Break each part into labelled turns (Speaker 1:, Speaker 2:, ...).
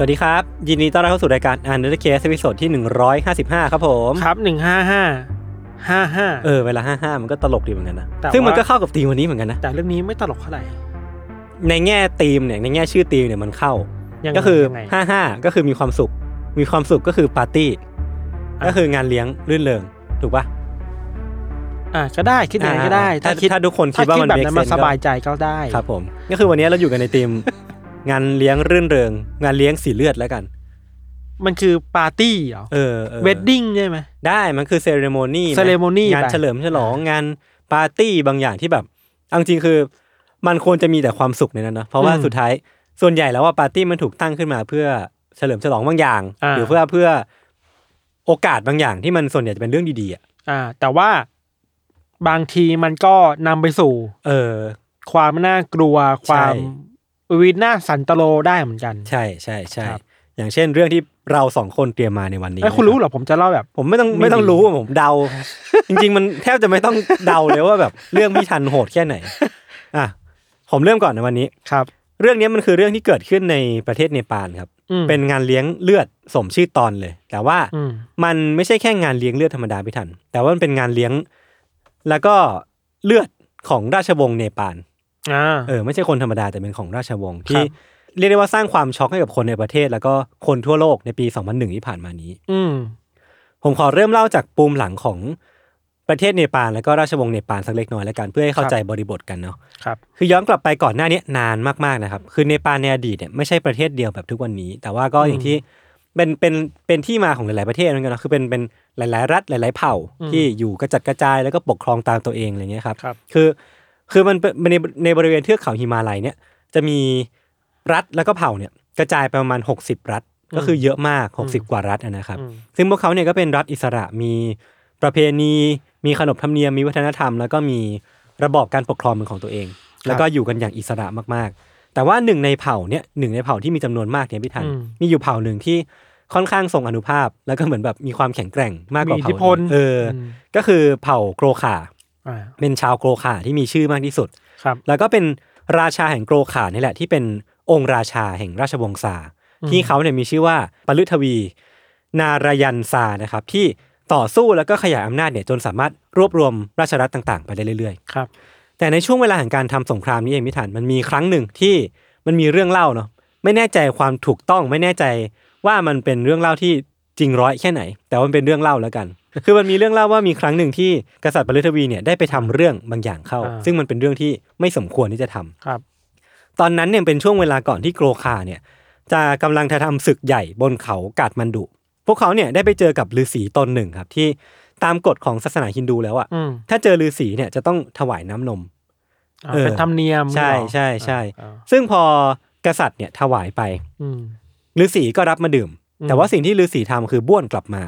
Speaker 1: สวัสดีครับ ยินดีต้อนรับเข้าสู่รายการ Untitled Case ตอนที่ 155 ครับผม
Speaker 2: ครับหนึ่งห้าห้าห้าห้า
Speaker 1: เออ เวลา 55 มันก็ตลกดีเหมือนกันนะ
Speaker 2: แต่ว่า
Speaker 1: ซึ่งมันก็เข้ากับธีมวันนี้เหมือนกันนะ
Speaker 2: แต่เรื่องนี้ไม่ตลกเท่าไหร่
Speaker 1: ในแง่ธีมเนี่ย ในแง่ชื่อธีมเนี่ยมันเข้า
Speaker 2: ยังไง
Speaker 1: ก็คือ
Speaker 2: ยังไง
Speaker 1: 55 ก็คือมีความสุข มีความสุขก็คือปาร์ตี้ ก็คืองานเลี้ยงรื่นเริง ถูกปะ
Speaker 2: อ่าก็ได้คิดอย่างนั้นก็ได้
Speaker 1: อ่า
Speaker 2: ถ้าคิด
Speaker 1: ถ้าทุกคนคิด
Speaker 2: ถ้
Speaker 1: ว่ามัน
Speaker 2: แบบนั้น
Speaker 1: make
Speaker 2: มัน
Speaker 1: sense
Speaker 2: สบายใจก็ได้
Speaker 1: ครับผม ก็คือวันนี้เราอยู่กันใน ทีม งานเลี้ยงรื่นเริง งานเลี้ยงสีเลือดแล้วกัน
Speaker 2: มันคือปาร์ตี้เหรอ
Speaker 1: เออออ
Speaker 2: เวดดิ้งใช่ไหม
Speaker 1: ได้มันคือเซเรโมนี
Speaker 2: ceremony
Speaker 1: งาน
Speaker 2: ไป
Speaker 1: เฉลิมฉลองงานปาร์ตี้บางอย่างที่แบบเอาจริงๆคือ มันควรจะมีแต่ความสุขในนั้นเนอะเพราะว่า
Speaker 2: อืม
Speaker 1: สุดท้ายส่วนใหญ่แล้วว่าปาร์ตี้มันถูกตั้งขึ้นมาเพื่อเฉลิมฉลองบางอย่าง
Speaker 2: อ่า
Speaker 1: หรือเพื่อเพื่อโอกาสบางอย่างที่มันส่วนใหญ่จะเป็นเรื่องดีๆอะ
Speaker 2: อ่า แต่ว่าบางทีมันก็นำไปสู่
Speaker 1: เออ
Speaker 2: ความน่ากลัวความ
Speaker 1: ใช่
Speaker 2: วินาศสันตโลได้เหมือนกัน
Speaker 1: ใช่ใช่ใช่
Speaker 2: ครับ
Speaker 1: อย่างเช่นเรื่องที่เราสองคนเตรียมมาในวันนี้
Speaker 2: ไอ้ยคุณ
Speaker 1: นะบ
Speaker 2: รู้เหรอผมจะเล่าแบบ
Speaker 1: ผมไม่ต้อง
Speaker 2: ไม่
Speaker 1: ไม่ต้อง
Speaker 2: มี
Speaker 1: รู้อะผมเดา จริง ๆ มันแทบจะไม่ต้องเดาเลยว่าแบบเรื่องพี่ทันโหดแค่ไหน อ่ะผมเริ่มก่อนนะวันนี้
Speaker 2: ครับ
Speaker 1: เรื่องนี้มันคือเรื่องที่เกิดขึ้นในประเทศเนปาลครับ
Speaker 2: อืม
Speaker 1: เป็นงานเลี้ยงเลือดสมชื่อตอนเลย แต่ว่า
Speaker 2: อืม
Speaker 1: มันไม่ใช่แค่งานเลี้ยงเลือดธรรมดาพี่ทัน แต่ว่ามันเป็นงานเลี้ยง แล้วก็เลือดของราชวงศ์เนปาล
Speaker 2: อ่า
Speaker 1: เออไม่ใช่คนธรรมดาแต่เป็นของราชวงศ์
Speaker 2: ครั
Speaker 1: ที่
Speaker 2: บ
Speaker 1: เรียกได้ว่าสร้างความช็อกให้กับคนในประเทศ แล้วก็คนทั่วโลกในปี 2001 ที่ผ่านมานี้
Speaker 2: อืม
Speaker 1: ผมขอเริ่มเล่าจากปูมหลังของประเทศเนปาลแล้วก็ราชวงศ์เนปาลสักเล็กน้อยแล้วกันเพื่อให้เข้าใจบริบทกันเนาะ
Speaker 2: ครับ
Speaker 1: คือย้อนกลับไปก่อนหน้านี้นานมากๆนะครับ คือเนปาลในอดีตเนี่ยไม่ใช่ประเทศเดียวแบบทุกวันนี้ แต่ว่าก็อย่างที่เป็นเป็นเป็นที่มาของหลาย ๆประเทศเหมือนกันเนอะคือเป็นเป็นหลาย ๆ รัฐหลาย ๆ เผ่า
Speaker 2: อืม
Speaker 1: ที่อยู่กระจัดกระจายแล้วก็ปกครองตามตัวเองอะไรเงี้ยครับ
Speaker 2: ครับ
Speaker 1: คือคือมันเป็นในในบริเวณเทือกเขาฮิมาลัยเนี่ยจะมีรัฐแล้วก็เผ่าเนี่ยกระจายไปประมาณ 60 รัฐ ก็คือเยอะมาก 60 กว่ารัฐอะนะครับ
Speaker 2: อืม
Speaker 1: ซึ่งพวกเขาเนี่ยก็เป็นรัฐอิสระมีประเพณี มีขนบธรรมเนียมมีวัฒนธรรม แล้วก็มีระบอบการปกครองเป็นของตัวเอง แล้วก็อยู่กันอย่างอิสระมากๆ แต่ว่าหนึ่งในเผ่าเนี่ยหนึ่งในเผ่าที่มีจำนวนมากเนี่ยพี่ทัน
Speaker 2: อืม
Speaker 1: มีอยู่เผ่าหนึ่งที่ค่อนข้างทรงอนุภาพ แล้วก็เหมือนแบบมีความแข็งแกร่งมากกว่า
Speaker 2: มี
Speaker 1: เผ่า
Speaker 2: อิทธิพล
Speaker 1: อื่นเอออ
Speaker 2: ม
Speaker 1: ก็คือเผ่าโกรขา
Speaker 2: อ่า
Speaker 1: เป็นชาวโกรขาที่มีชื่อมากที่สุด
Speaker 2: ครับ
Speaker 1: แล้วก็เป็นราชาแห่งโกรขานี่แหละที่เป็นองค์ราชาแห่งราชวงศ์ซา
Speaker 2: อืม
Speaker 1: ที่เขาเนี่ยมีชื่อว่าปลุทวี นารยันซานะครับที่ต่อสู้แล้วก็ขยายอำนาจเนี่ยจนสามารถรวบรวมราชรัฐต่าง ๆ ไปได้เรื่อย
Speaker 2: ครับ
Speaker 1: ๆ แต่ในช่วงเวลาแห่งการทำสงครามนี้เองพิถันมันมีครั้งหนึ่งที่มันมีเรื่องเล่าเนาะไม่แน่ใจความถูกต้องไม่แน่ใจว่ามันเป็นเรื่องเล่าที่จริงร้อยแค่ไหน แต่ว่ามันเป็นเรื่องเล่าแล้วกัน คือมันมีเรื่องเล่าว่ามีครั้งหนึ่งที่กษัตริย์ปลุทวีเนี่ยได้ไปทำเรื่องบางอย่างเข้า
Speaker 2: อ่า
Speaker 1: ซึ่งมันเป็นเรื่องที่ไม่สมควรที่จะทำ
Speaker 2: ครับ
Speaker 1: ตอนนั้นเนี่ยเป็นช่วงเวลาก่อนที่โกรคาเนี่ยจะกำลังจะทำศึกใหญ่บนเขากาดมันดุ พวกเขาเนี่ยได้ไปเจอกับฤาษีตนหนึ่งครับที่ตามกฎของศาสนาฮินดูแล้วอะ
Speaker 2: อืม
Speaker 1: ถ้าเจอฤาษีเนี่ยจะต้องถวายน้ำนม
Speaker 2: อ่า
Speaker 1: เออ
Speaker 2: เป็นธรรมเนียม
Speaker 1: ใช่
Speaker 2: เหรอ
Speaker 1: ใช่ใช่
Speaker 2: อ่าอ่า
Speaker 1: ซึ่งพอกษัตริย์เนี่ยถวายไป
Speaker 2: อืม
Speaker 1: ฤาษีก็รับมาดื่ม
Speaker 2: อืม
Speaker 1: แต่ว่าสิ่งที่ฤาษีทำคือบ้วนกลับมา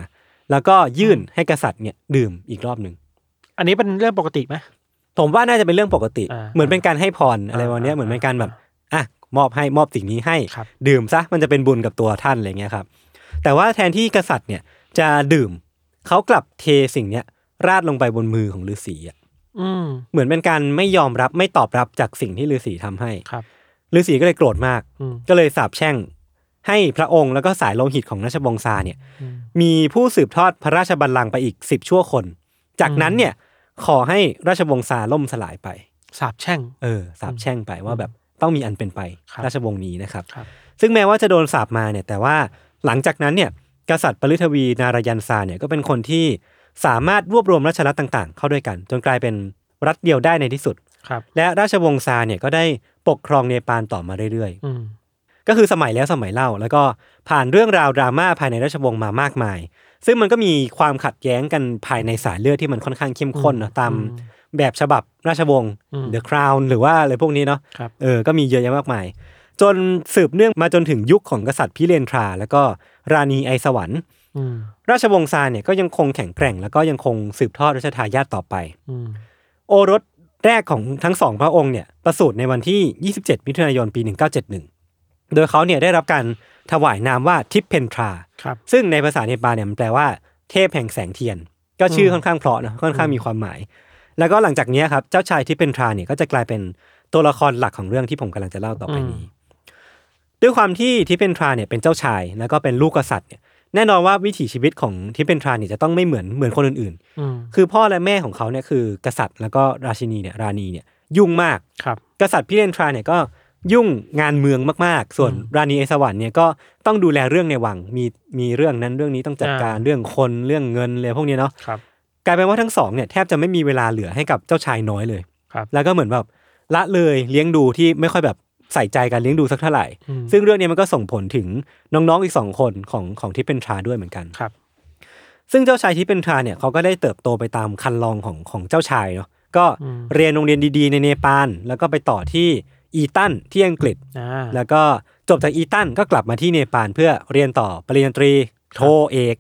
Speaker 1: แล้วก็ยื่นให้กษัตริย์เนี่ยดื่มอีกรอบหนึ่ง
Speaker 2: อันนี้เป็นเรื่องปกติไหม
Speaker 1: ผมว่าน่าจะเป็นเรื่องปกติ
Speaker 2: อ่า
Speaker 1: เหมือนเป็นการให้พรอะไร
Speaker 2: อ่า
Speaker 1: วันเนี้ย
Speaker 2: อ่า
Speaker 1: เหมือนเป็นการแบบอ่ะมอบให้มอบสิ่งนี้ให้
Speaker 2: ครับ
Speaker 1: ดื่มซะมันจะเป็นบุญกับตัวท่านอะไรเงี้ยครับ แต่ว่าแทนที่กษัตริย์เนี่ยจะดื่มเขากลับเทสิ่งเนี้ยราดลงไปบนมือของฤาษีอะ
Speaker 2: อืม
Speaker 1: เหมือนเป็นการไม่ยอมรับไม่ตอบรับจากสิ่งที่ฤาษีทำให้
Speaker 2: ครับ
Speaker 1: ฤาษีก็เลยโกรธมาก
Speaker 2: อืม
Speaker 1: ก็เลยสาปแช่ง ให้พระองค์แล้วก็สายโลหิตของราชวงศ์ซาเนี่ย
Speaker 2: อืม
Speaker 1: มีผู้สืบทอดพระราชบัลลังก์ไปอีกสิบชั่วคน จากนั้นเนี่ยขอให้ราชวงศ์ซาล่มสลายไป
Speaker 2: สาบแช่ง
Speaker 1: เออสาบแช่งไปว่าแบบต้องมีอันเป็นไป
Speaker 2: ครับ
Speaker 1: ราชวงศ์นี้นะครับ
Speaker 2: ครับ
Speaker 1: ซึ่งแม้ว่าจะโดนสาบมาเนี่ยแต่ว่าหลังจากนั้นเนี่ยกษัตริย์ปลุทวีนารยันซาเนี่ยก็เป็นคนที่ สามารถรวบรวมราชรัฐต่างๆ เข้าด้วยกัน จนกลายเป็นรัฐเดียวได้ในที่สุด
Speaker 2: ครับ
Speaker 1: และราชวงศ์ซาร์เนี่ยก็ได้ปกครองเนปาลต่อมาเรื่อย
Speaker 2: อืม
Speaker 1: ๆ ก็คือสมัยแล้วสมัยเล่า แล้วก็ผ่านเรื่องราวดราม่าภายในราชวงศ์มามากมาย ซึ่งมันก็มีความขัดแย้งกันภายในสายเลือดที่มันค่อนข้างเข้มข้นเนอะตามแบบฉบับราชวงศ์
Speaker 2: อืม
Speaker 1: The Crown หรือว่าอะไรพวกนี้เนาะ
Speaker 2: ครับ
Speaker 1: เออ ก็มีเยอะแยะมากมาย จนสืบเนื่องมาจนถึงยุคของกษัตริย์พิเรนทรา แล้วก็ราณีไอสวรรค์
Speaker 2: อืม
Speaker 1: ราชวงศ์ซาร์เนี่ยก็ยังคงแข็งแกร่ง แล้วก็ยังคงสืบทอดราชทายาทต่อไป
Speaker 2: อืม
Speaker 1: โอรสแรกของทั้งสองพระองค์เนี่ยประสูติในวันที่ 27 มิถุนายนปี 1971 โดยเขาเนี่ยได้รับการถวายนามว่าทิพเพนทรา
Speaker 2: ครับ
Speaker 1: ซึ่งในภาษาเนปาลเนี่ยมันแปลว่าเทพแห่งแสงเทียน ก็ชื่อ
Speaker 2: อืม
Speaker 1: ค่อนข้างเพราะนะค่อนข้างมีความหมาย แล้วก็หลังจากเนี้ยครับ เจ้าชายที่เป็นทราเนี่ยก็จะกลายเป็นตัวละครหลักของเรื่องที่ผมกำลังจะเล่าต่อไปนี้ ด้วยความที่ทิเป็นทราเนี่ยเป็นเจ้าชาย แล้วก็เป็นลูกกษัตริย์เนี่ยแน่นอนว่าวิถีชีวิตของทิเป็นทราเนี่ยจะต้องไม่เหมือนเหมือนคนอื่น
Speaker 2: อืม
Speaker 1: ๆ คือพ่อและแม่ของเขาเนี่ยคือกษัตริย์ แล้วก็ราชินีเนี่ยราณีเนี่ยยุ่งมาก
Speaker 2: ครับ
Speaker 1: กษัตริย์พิเรนทราเนี่ยก็ยุ่งงานเมืองมากๆ ส่วน
Speaker 2: อืม
Speaker 1: ราณีเอสวรรค์เนี่ยก็ต้องดูแลเรื่องในวัง มีมีเรื่องนั้นเรื่องนี้ต้องจัดการ
Speaker 2: อ่า
Speaker 1: เรื่องคนเรื่องเงินเลยพวกนี้เนาะ
Speaker 2: ครับ
Speaker 1: กลายเป็นว่าทั้งสองเนี่ยแทบจะไม่มีเวลาเหลือให้กับเจ้าชายน้อยเลย
Speaker 2: ครับ
Speaker 1: แล้วก็เหมือนแบบละเลยเลี้ยงดูที่ไม่ค่อยแบบใส่ใจการเลี้ยงดูสักเท่าไหร่
Speaker 2: อืม
Speaker 1: ซึ่งเรื่องเนี้มันก็ส่งผลถึงน้องๆอีกสองคนของของที่เป็นทราด้วยเหมือนกัน
Speaker 2: ครับ
Speaker 1: ซึ่งเจ้าชายที่เป็นทราเนี่ยเขาก็ได้เติบโตไปตามคันลองของของเจ้าชายเนาะก็
Speaker 2: อืม
Speaker 1: เรียนโรงเรียนดีๆ ในเนปาลแล้วก็ไปต่อที่อีตันที่อังกฤษ
Speaker 2: อ่า
Speaker 1: แล้วก็จบจากอีตันก็กลับมาที่เนปาลเพื่อเรียนต่อปริญญาตรีโทเอก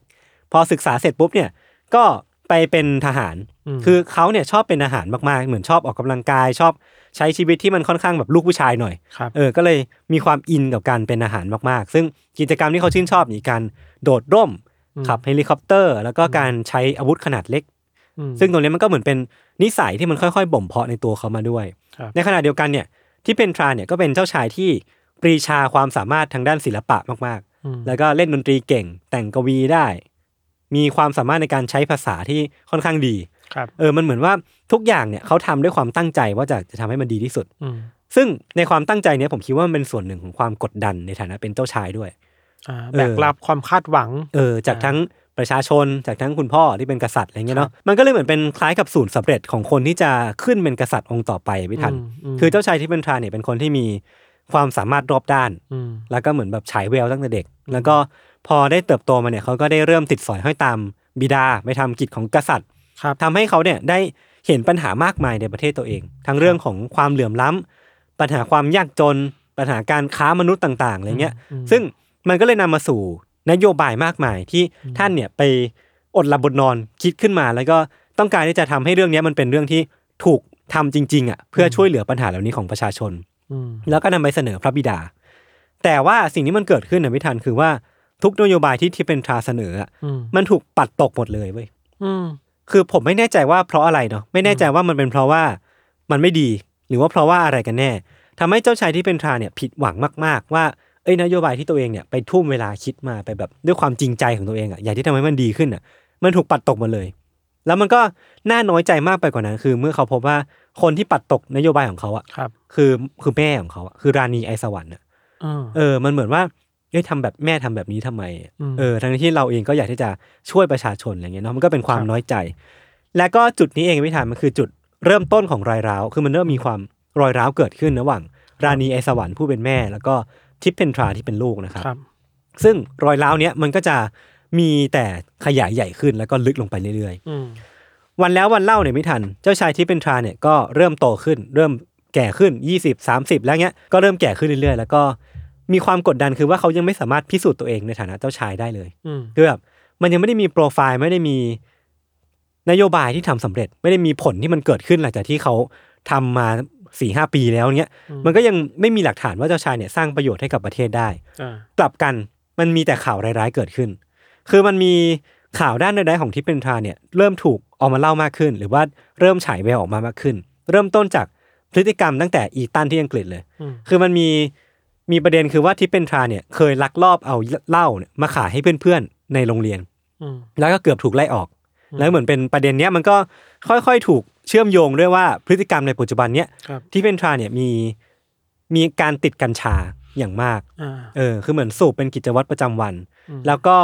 Speaker 1: พอศึกษาเสร็จปุ๊บเนี่ยก็ไปเป็นทหาร
Speaker 2: ม
Speaker 1: คือเขาเนี่ยชอบเป็นทหารมากๆ เหมือนชอบออกกำลังกาย ชอบใช้ชีวิตที่มันค่อนข้างแบบลูกผู้ชายหน่อย
Speaker 2: ครับ
Speaker 1: เออ ก็เลยมีความอินกับการเป็นอาหารมากๆ ซึ่งกิจกรรมที่เขาชื่นชอบนี่การโดดร่ม
Speaker 2: อืม
Speaker 1: ขับเฮลิคอปเตอร์ แล้วก็การใช้อาวุธขนาดเล็ก
Speaker 2: ม
Speaker 1: ซึ่งตรงนี้มันก็เหมือนเป็นนิสัยที่มันค่อยๆ บ่มเพาะในตัวเขามาด้วย
Speaker 2: ครับ
Speaker 1: ในขณะเดียวกันเนี่ยที่เป็นทราเนี่ยก็เป็นเจ้าชายที่ปรีชาความสามารถทางด้านศิลปะมาก
Speaker 2: อืม
Speaker 1: ๆ แล้วก็เล่นดนตรีเก่ง แต่งกวีได้ มีความสามารถในการใช้ภาษาที่ค่อนข้างดี
Speaker 2: ครับ
Speaker 1: เออ มันเหมือนว่าทุกอย่างเนี่ยเขาทำด้วยความตั้งใจว่าจะจะทำให้มันดีที่สุด
Speaker 2: อืม
Speaker 1: ซึ่งในความตั้งใจเนี้ยผมคิดว่ามันเป็นส่วนหนึ่งของความกดดันในฐานะเป็นเจ้าชายด้วย
Speaker 2: อ่า
Speaker 1: เออ
Speaker 2: แบกรับความคาดหวัง
Speaker 1: เออจาก
Speaker 2: อ่า
Speaker 1: ทั้งประชาชนจากทั้งคุณพ่อที่เป็นกษัตริย์อะไรเงี้ย
Speaker 2: ครับ
Speaker 1: เนาะมันก็เลยเหมือนเป็นคล้ายกับศูนย์สำเร็จของคนที่จะขึ้นเป็นกษัตริย์องค์ต่อไปอะพี่ทัน
Speaker 2: ม
Speaker 1: คือเจ้าชายที่เป็นทราเนี่ยเป็นคนที่มีความสามารถรอบด้าน
Speaker 2: อืม
Speaker 1: แล้วก็เหมือนแบบฉายแววตั้งแต่เด็ก แล้วก็พอได้เติบโตมาเนี่ยเขาก็ได้เริ่มติดสอยห้อยตามบิดาไปทำกิจของกษัตริย์
Speaker 2: ครับ
Speaker 1: ทำให้เขาเนี่ยได้เห็นปัญหามากมายในประเทศตัวเอง ทั้งเรื่องของความเหลื่อมล้ำปัญหาความยากจน ปัญหาการค้ามนุษย์ต่างๆอะไรเงี้ย
Speaker 2: อืม
Speaker 1: ซึ่งมันก็เลยนำมาสู่นโยบายมากมายที่ท่านเนี่ยไปอดหลับบนนอนคิดขึ้นมา แล้วก็ต้องการที่จะทำให้เรื่องเนี้ยมันเป็นเรื่องที่ถูกทำจริงๆอ่ะเพื่อช่วยเหลือปัญหาเหล่านี้ของประชาชน
Speaker 2: อืม
Speaker 1: แล้วก็นำไปเสนอพระบิดา แต่ว่าสิ่งที่มันเกิดขึ้นนะพิธันคือว่าทุกนโยบายที่ที่เป็นทราเสนออะ
Speaker 2: อืม
Speaker 1: มันถูกปัดตกหมดเลยเว้ย
Speaker 2: อืม
Speaker 1: คือผมไม่แน่ใจว่าเพราะอะไรเนาะไม่แน่ใจว่ามันเป็นเพราะว่ามันไม่ดี หรือว่าเพราะว่าอะไรกันแน่ทำให้เจ้าชายที่เป็นทราเนี่ยผิดหวังมาก ๆ ว่าเอ้ยนโยบายที่ตัวเองเนี่ยไปทุ่มเวลาคิดมาไปแบบด้วยความจริงใจของตัวเองอะอยากที่ทำให้มันดีขึ้นอะมันถูกปัดตกหมดเลย แล้วมันก็น่าน้อยใจมากไปกว่านั้น คือ เมื่อเขาพบว่าคนที่ปัดตกนโยบายของเขาอะ
Speaker 2: ครับ
Speaker 1: คือคือแม่ของเขาอะคือราณีไอสวรรค์อะ
Speaker 2: อืม
Speaker 1: เออ มันเหมือนว่าเอ้ยทำแบบแม่ทำแบบนี้ทำไม
Speaker 2: อืม
Speaker 1: เออ ทั้งที่เราเองก็อยากที่จะช่วยประชาชนอะไรเงี้ยเนาะ มันก็เป็นความ
Speaker 2: ครับ
Speaker 1: น้อยใจ และก็จุดนี้เองพิธานมันคือจุดเริ่มต้นของรอยร้าว คือมันเริ่มมีความรอยร้าวเกิดขึ้นระหว่าง ราณีไอสวรรค์ผู้เป็นแม่ แล้วก็ทิพเพนทราที่เป็นลูกนะครับ
Speaker 2: ครับ
Speaker 1: ซึ่งรอยร้าวเนี้ยมันก็จะมีแต่ขยายใหญ่ขึ้นแล้วก็ลึกลงไปเรื่อย
Speaker 2: อืม
Speaker 1: ๆ วันแล้ววันเล่าเนี่ยไม่ทัน เจ้าชายทิพเพนทราเนี่ยก็เริ่มโตขึ้น เริ่มแก่ขึ้น 20 30 แล้วเงี้ย ก็เริ่มแก่ขึ้นเรื่อยๆ แล้วก็มีความกดดันคือว่าเขายังไม่สามารถพิสูจน์ตัวเองในฐานะเจ้าชายได้เลย
Speaker 2: อืม
Speaker 1: คือแบบมันยังไม่ได้มีโปรไฟล์ไม่ได้มีนโยบายที่ทำสำเร็จ ไม่ได้มีผลที่มันเกิดขึ้นหลังจากที่เขาทำมาสี่ห้าปีแล้วเนี้ยมันก็ยังไม่มีหลักฐานว่าเจ้าชายเนี่ยสร้างประโยชน์ให้กับประเทศได้
Speaker 2: อ่าก
Speaker 1: ลับกันมันมีแต่ข่าวร้ายๆเกิดขึ้น คือมันมีข่าวด้านร้ายๆของทิพย์เป็นทราเนี่ยเริ่มถูกเอามาเล่ามากขึ้น หรือว่าเริ่มฉายแววออกมามากขึ้น เริ่มต้นจากพฤติกรรมตั้งแต่อีตันที่อังกฤษเลย
Speaker 2: อืม
Speaker 1: คือมันมีมีประเด็นคือว่าทิพย์เป็นทราเนี่ยเคยลักลอบเอาเหล้าเนี่ยมาขายให้เพื่อนๆในโรงเรียน
Speaker 2: อืม
Speaker 1: แล้วก็เกือบถูกไล่ออก
Speaker 2: อืม
Speaker 1: แล้วเหมือนเป็นประเด็นเนี้ยมันก็ค่อยๆถูกเชื่อมโยงด้วยว่าพฤติกรรมในปัจจุบันเนี้ย
Speaker 2: ครับ
Speaker 1: ที่เป็นทราเนี่ยมีมีการติดกัญชาอย่างมาก
Speaker 2: อ่า
Speaker 1: เออ คือเหมือนสูบเป็นกิจวัตรประจำวัน
Speaker 2: อืม
Speaker 1: แล้วก็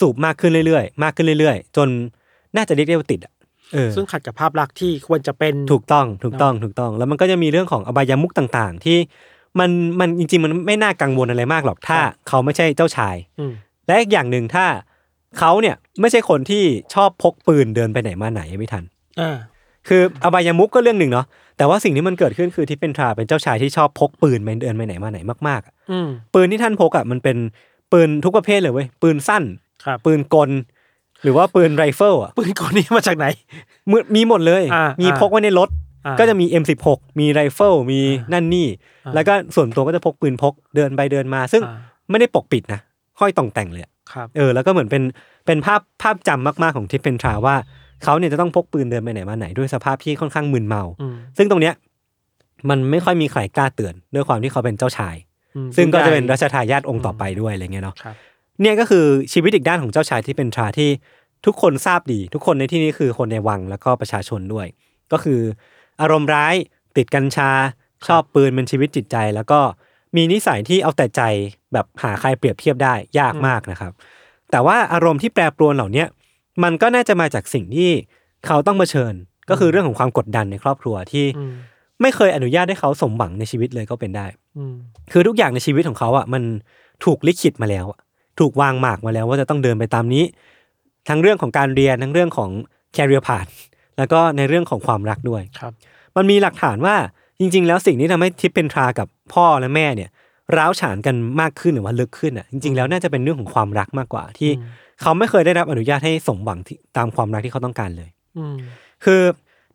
Speaker 1: สูบมากขึ้นเรื่อยๆ มากขึ้นเรื่อยๆ จน น่าจะเรียกได้ว่าติดอ่ะเออ
Speaker 2: ซึ่งขัดกับภาพลักษณ์ที่ควรจะเป็น
Speaker 1: ถูกต้องถูกต้องถูกต้อง แล้วมันก็จะมีเรื่องของอบายมุกต่างๆ ที่มันมันจริงๆ มันไม่น่ากังวลอะไรมากหรอกถ้า
Speaker 2: ครับ
Speaker 1: เขาไม่ใช่เจ้าชาย
Speaker 2: อืม
Speaker 1: และอีกอย่างหนึ่งถ้าเขาเนี่ยไม่ใช่คนที่ชอบพกปืนเดินไปไหนมาไหนไม่ทัน
Speaker 2: อ่า
Speaker 1: คืออบายมุกก็เรื่องหนึ่งเนาะแต่ว่าสิ่งที่มันเกิดขึ้นคือที่เป็นทราเป็นเจ้าชายที่ชอบพกปืนไปเดินไปไหนมาไหนมากๆอะ
Speaker 2: อืม
Speaker 1: ปืนที่ท่านพกอ่ะมันเป็นปืนทุกประเภทเลยเว้ยปืนสั้น
Speaker 2: ครับ
Speaker 1: ปืนกล หรือว่าปืนไรเฟิลอ่ะ
Speaker 2: ปืนคนนี้มาจากไหน
Speaker 1: มึมีหมดเลย
Speaker 2: อ่ามี
Speaker 1: มีพกไว้ในรถ
Speaker 2: อ่า
Speaker 1: ก็จะมี M16 มีไรเฟิล มีนั่นนี่
Speaker 2: อ่า
Speaker 1: แล้วก็ส่วนตัวก็จะพกปืนพกเดินไปเดินมา ซึ่ง
Speaker 2: อ่า
Speaker 1: ไม่ได้ปกปิดนะ ค่อยต่องแต่งเลยอะ
Speaker 2: ครับ
Speaker 1: เออ แล้วก็เหมือนเป็น เป็นภาพภาพจำมาก ๆ ของทิพเพนทราว่า เขาเนี่ยจะต้องพกปืนเดินไปไหนมาไหนด้วยสภาพที่ค่อนข้างมึนเมา
Speaker 2: อืม
Speaker 1: ซึ่งตรงเนี้ย มันไม่ค่อยมีใครกล้าเตือนด้วยความที่เขาเป็นเจ้าชาย
Speaker 2: อืม
Speaker 1: ซึ่งก็จะเป็น
Speaker 2: ผู้
Speaker 1: รั
Speaker 2: ใหญ่
Speaker 1: ชทายาทองค์ต่อไปด้วยอะไรเงี้ยเนาะ
Speaker 2: ครับ
Speaker 1: เนี่ยก็คือชีวิตอีกด้านของเจ้าชายที่เป็นทราที่ทุกคนทราบดี ทุกคนในที่นี้คือคนในวังแล้วก็ประชาชนด้วย ก็คือ อารมณ์ร้ายติดกัญชา ชอบปืนเป็นชีวิตจิตใจ แล้วก็มีนิสัยที่เอาแต่ใจแบบหาใครเปรียบเทียบได้ยากมากนะครับ แต่ว่าอารมณ์ที่แปรปรวนเหล่าเนี้ยมันก็น่าจะมาจากสิ่งที่เขาต้องเผชิญ ก็คือเรื่องของความกดดันในครอบครัวที่
Speaker 2: อืม
Speaker 1: ไม่เคยอนุญาตให้เขาสมหวังในชีวิตเลยก็เป็นได้
Speaker 2: อืม
Speaker 1: คือทุกอย่างในชีวิตของเขาอ่ะมันถูกลิขิตมาแล้วอะถูกวางหมากมาแล้วว่าจะต้องเดินไปตามนี้ ทั้งเรื่องของการเรียนทั้งเรื่องของแคริเอร์พาแล้วก็ในเรื่องของความรักด้วย
Speaker 2: ครับ
Speaker 1: มันมีหลักฐานว่าจริง ๆ แล้วสิ่งที่ทำให้ทิพย์เป็นทรากับพ่อและแม่เนี่ยร้าวฉานกันมากขึ้นหรือว่าลึกขึ้นอ่ะจริง ๆ แล้วน่าจะเป็นเรื่องของความรักมากกว่า ที่
Speaker 2: อืม
Speaker 1: เขาไม่เคยได้รับอนุญาตให้สมหวังที่ตามความรักที่เขาต้องการเลย
Speaker 2: อืม
Speaker 1: คือ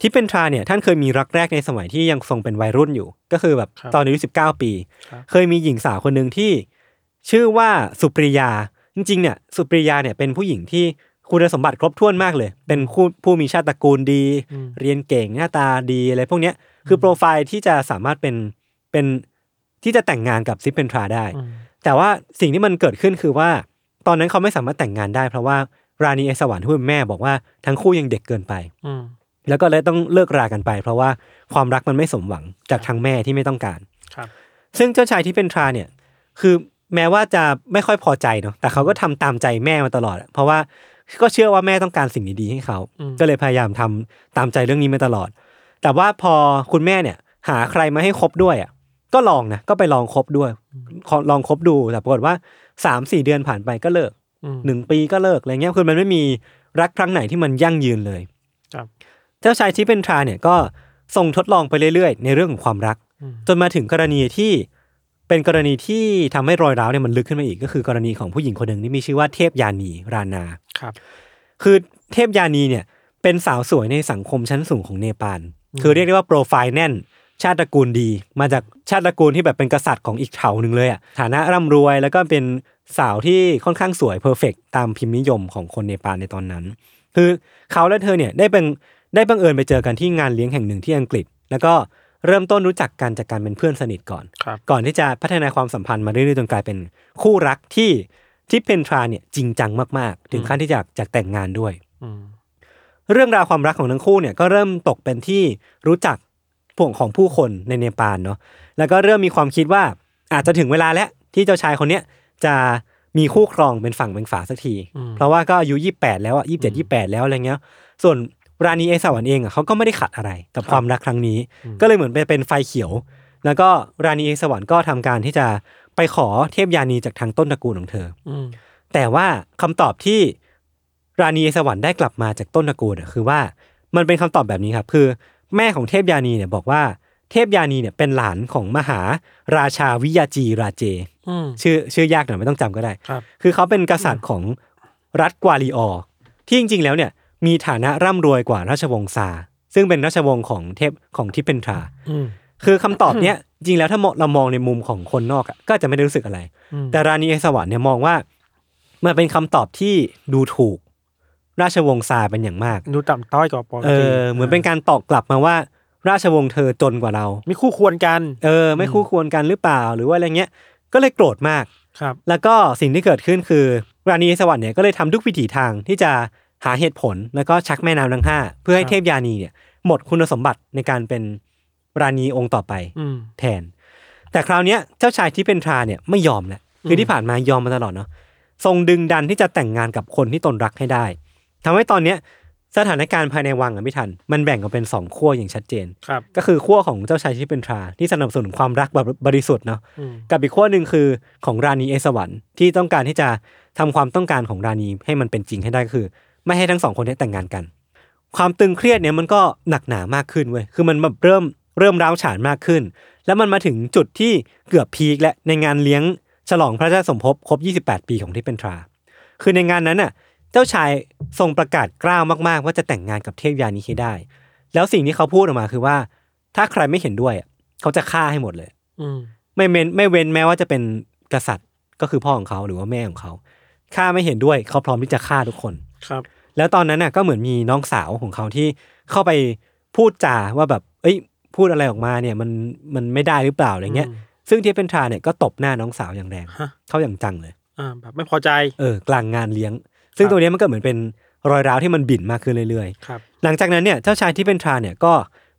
Speaker 1: ทิพย์เป็นทราเนี่ยท่านเคยมีรักแรกในสมัยที่ยังทรงเป็นวัยรุ่นอยู่ ก็คือแบบตอนอายุสิบเก้าปี
Speaker 2: ครับ
Speaker 1: เคยมีหญิงสาวคนหนึ่งที่ชื่อว่าสุปริยา จริงๆเนี่ยสุปริยาเนี่ยเป็นผู้หญิงที่คุณสมบัติครบถ้วนมากเลย เป็นผู้ผู้มีชาติตระกูลดี
Speaker 2: อืม
Speaker 1: เรียนเก่งหน้าตาดีอะไรพวกเนี้ยคือโปรไฟล์ที่จะสามารถเป็นเป็นที่จะแต่งงานกับซิปเพนทราได้
Speaker 2: อืม
Speaker 1: แต่ว่าสิ่งที่มันเกิดขึ้นคือว่า ตอนนั้นเขาไม่สามารถแต่งงานได้ เพราะว่าราณีไอสวรรค์ที่เป็นแม่บอกว่าทั้งคู่ยังเด็กเกินไป
Speaker 2: อืม
Speaker 1: แล้วก็เลยต้องเลิกรากันไป เพราะว่าความรักมันไม่สมหวังจากทางแม่ที่ไม่ต้องการ
Speaker 2: ครับ
Speaker 1: ซึ่งเจ้าชายที่เป็นทราเนี่ย คือแม้ว่าจะไม่ค่อยพอใจเนาะแต่เขาก็ทำตามใจแม่มาตลอดอะเพราะว่าก็เชื่อว่าแม่ต้องการสิ่งดีๆให้เขา
Speaker 2: อืม
Speaker 1: ก็เลยพยายามทำตามใจเรื่องนี้มาตลอด แต่ว่าพอคุณแม่เนี่ย หาใครมาให้คบด้วยอ่ะก็ลองนะก็ไปลองคบด้วยขอลองคบดูแต่ปรากฏว่าสามสี่เดือนผ่านไปก็เลิก
Speaker 2: อืม
Speaker 1: หนึ่งปีก็เลิกอะไรเงี้ยคือมันไม่มีรักครั้งไหนที่มันยั่งยืนเลย
Speaker 2: ครับ
Speaker 1: เจ้าชายชิเป็นทราเนี่ยก็ทรงทดลองไปเรื่อยๆ ในเรื่องของความรัก
Speaker 2: อืม
Speaker 1: จนมาถึงกรณีที่เป็นกรณีที่ทำให้รอยร้าวเนี่ยมันลึกขึ้นมาอีก ก็คือกรณีของผู้หญิงคนหนึ่งที่มีชื่อว่าเทพยานีรานา
Speaker 2: ครับ
Speaker 1: คือเทพยานีเนี่ยเป็นสาวสวยในสังคมชั้นสูงของเนปาลคือเรียกได้ว่าโปรไฟล์แน่น ชาติตระกูลดี มาจากชาติตระกูลที่แบบเป็นกษัตริย์ของอีกเผ่าหนึ่งเลยอ่ะฐานะร่ำรวยแล้วก็เป็นสาวที่ค่อนข้างสวยเพอร์เฟกตามพิมพ์นิยมของคนเนปาลในตอนนั้น คือเขาและเธอเนี่ยได้เป็นได้บังเอิญไปเจอกันที่งานเลี้ยงแห่งหนึ่งที่อังกฤษ แล้วก็เริ่มต้นรู้จักกันจากการเป็นเพื่อนสนิทก่อน
Speaker 2: ครับ
Speaker 1: ก่อนที่จะพัฒนาความสัมพันธ์มาเรื่อยๆจนกลายเป็นคู่รักที่ที่เพนทราเนี่ยจริงจังมากๆ ถึงขั้นที่จะจะแต่งงานด้วย
Speaker 2: อืม
Speaker 1: เรื่องราวความรักของทั้งคู่เนี่ยก็เริ่มตกเป็นที่รู้จักพวกของผู้คนในเนปาลเนาะแล้วก็เริ่มมีความคิดว่าอาจจะถึงเวลาแล้วที่เจ้าชายคนเนี้ยจะมีคู่ครองเป็นฝั่งเป็นฝาสักที
Speaker 2: อืม
Speaker 1: เพราะว่าก็อายุยี่แปดแล้วอ่ะยี่เจ็ดยี่แปดแล้วอะไรเงี้ย ส่วนราณีไอสวรรค์เองอ่ะเขาก็ไม่ได้ขัดอะไรกับความรักครั้งนี้ ก็เลยเหมือนไปเป็นไฟเขียว แล้วก็ราณีไอสวรรค์ก็ทำการที่จะไปขอเทพยานีจากทางต้นตระกูลของเธอ
Speaker 2: อืม
Speaker 1: แต่ว่าคำตอบที่ราณีไอสวรรค์ได้กลับมาจากต้นตระกูลอ่ะคือว่ามันเป็นคำตอบแบบนี้ครับ คือ แม่ของเทพยานีเนี่ยบอกว่าเทพยานีเนี่ยเป็นหลานของมหาราชาวิยาจีราเจ
Speaker 2: อืม
Speaker 1: ชื่อชื่อยากหน่อยไม่ต้องจำก็ได้
Speaker 2: ครับ
Speaker 1: คือเขาเป็นกษัตริย์ของรัฐกวาลีออร์ที่จริงๆ แล้วเนี่ยมีฐานะร่ำรวยกว่าราชวงศ์ซาร์ซึ่งเป็นราชวงศ์ของเทพของทิพเพนทรา
Speaker 2: อืม
Speaker 1: คือคำตอบเนี้ยจริงๆแล้วถ้าเรามองในมุมของคนนอกอะก็จะไม่ได้รู้สึกอะไร
Speaker 2: อืม
Speaker 1: แต่ราณีไอสวรรค์เนี่ยมองว่ามันเป็นคำตอบที่ดูถูก ราชวงศ์ซาร์เป็นอย่างมาก
Speaker 2: ดูต่ำต้อยกว่าปก
Speaker 1: เอ
Speaker 2: ติ
Speaker 1: อเหมือนเป็นการตอบกลับมาว่า ราชวงศ์เธอจนกว่าเรา
Speaker 2: มีคู่ควรกัน
Speaker 1: เออ ไม่คู่ควรกันหรือเปล่าหรือว่าอะไรเงี้ยก็เลยโกรธมาก
Speaker 2: ครับ
Speaker 1: แล้วก็สิ่งที่เกิดขึ้นคือราณีสวรรค์เนี่ยก็เลยทำทุกวิถีทางที่จะหาเหตุผลแล้วก็ชักแม่น้ำทั้งห้าเพื่อให้เทพยานีเนี่ยหมดคุณสมบัติในการเป็นราณีองค์ต่อไป
Speaker 2: อืม
Speaker 1: แทน แต่คราวเนี้ยเจ้าชายที่เป็นทราเนี่ยไม่ยอมแหละคือที่ผ่านมายอมมาตลอดเนาะทรงดึงดันที่จะแต่งงานกับคนที่ตนรักให้ได้ทำให้ตอนเนี้ย สถานการณ์ภายในวังอะพี่ทัน มันแบ่งออกเป็นสองขั้วอย่างชัดเจน
Speaker 2: ครับ
Speaker 1: ก็คือขั้วของเจ้าชายที่เป็นทราที่สนับสนุนความรักแบบบริสุทธิ์เนาะ
Speaker 2: อืม
Speaker 1: กับอีกขั้วหนึ่งคือของราณีเอสวรรค์ที่ต้องการที่จะทำความต้องการของราณีให้มันเป็นจริงให้ได้ก็คือ ไม่ให้ทั้งสองคนเนี้แต่งงานกัน ความตึงเครียดเนี่ยมันก็หนักหนามากขึ้นเว้ยคือมันแบบเริ่มเริ่มร้าวฉานมากขึ้น แล้วมันมาถึงจุดที่เกือบพีคและในงานเลี้ยงฉลองพระราชสมภพครบ 28 ปีของที่เป็นทรา คือในงานนั้นน่ะ เจ้าชายทรงประกาศกล้าวมากๆ ว่าจะแต่งงานกับเทพยานี้ให้ได้ แล้วสิ่งที่เขาพูดออกมาคือว่า ถ้าใครไม่เห็นด้วยอ่ะเขาจะฆ่าให้หมดเลย
Speaker 2: อืม
Speaker 1: ไม่เว้นไม่เว้นแม้ว่าจะเป็นกษัตริย์ก็คือพ่อของเขาหรือว่าแม่ของเขาฆ่าไม่เห็นด้วยเขาพร้อมที่จะฆ่าทุกคน
Speaker 2: ครับ
Speaker 1: แล้วตอนนั้นน่ะก็เหมือนมีน้องสาวของเขาที่เข้าไปพูดจาว่าแบบ เอ้ย พูดอะไรออกมาเนี่ยมันมันไม่ได้หรือเปล่าอะไรเงี้ย
Speaker 2: อืม
Speaker 1: ซึ่งเทพเป็นทราเนี่ยก็ตบหน้าน้องสาวอย่างแรง
Speaker 2: ฮะ
Speaker 1: เข้าอย่างจังเลย
Speaker 2: อ่าแบบไม่พอใจ
Speaker 1: เออกลางงานเลี้ยง ซึ่งตรงเนี้ยมันก็เหมือนเป็นรอยร้าวที่มันบิ่นมากขึ้นเรื่อย
Speaker 2: ครับ
Speaker 1: ๆ หลังจากนั้นเนี่ยเจ้าชายที่เป็นทราเนี่ยก็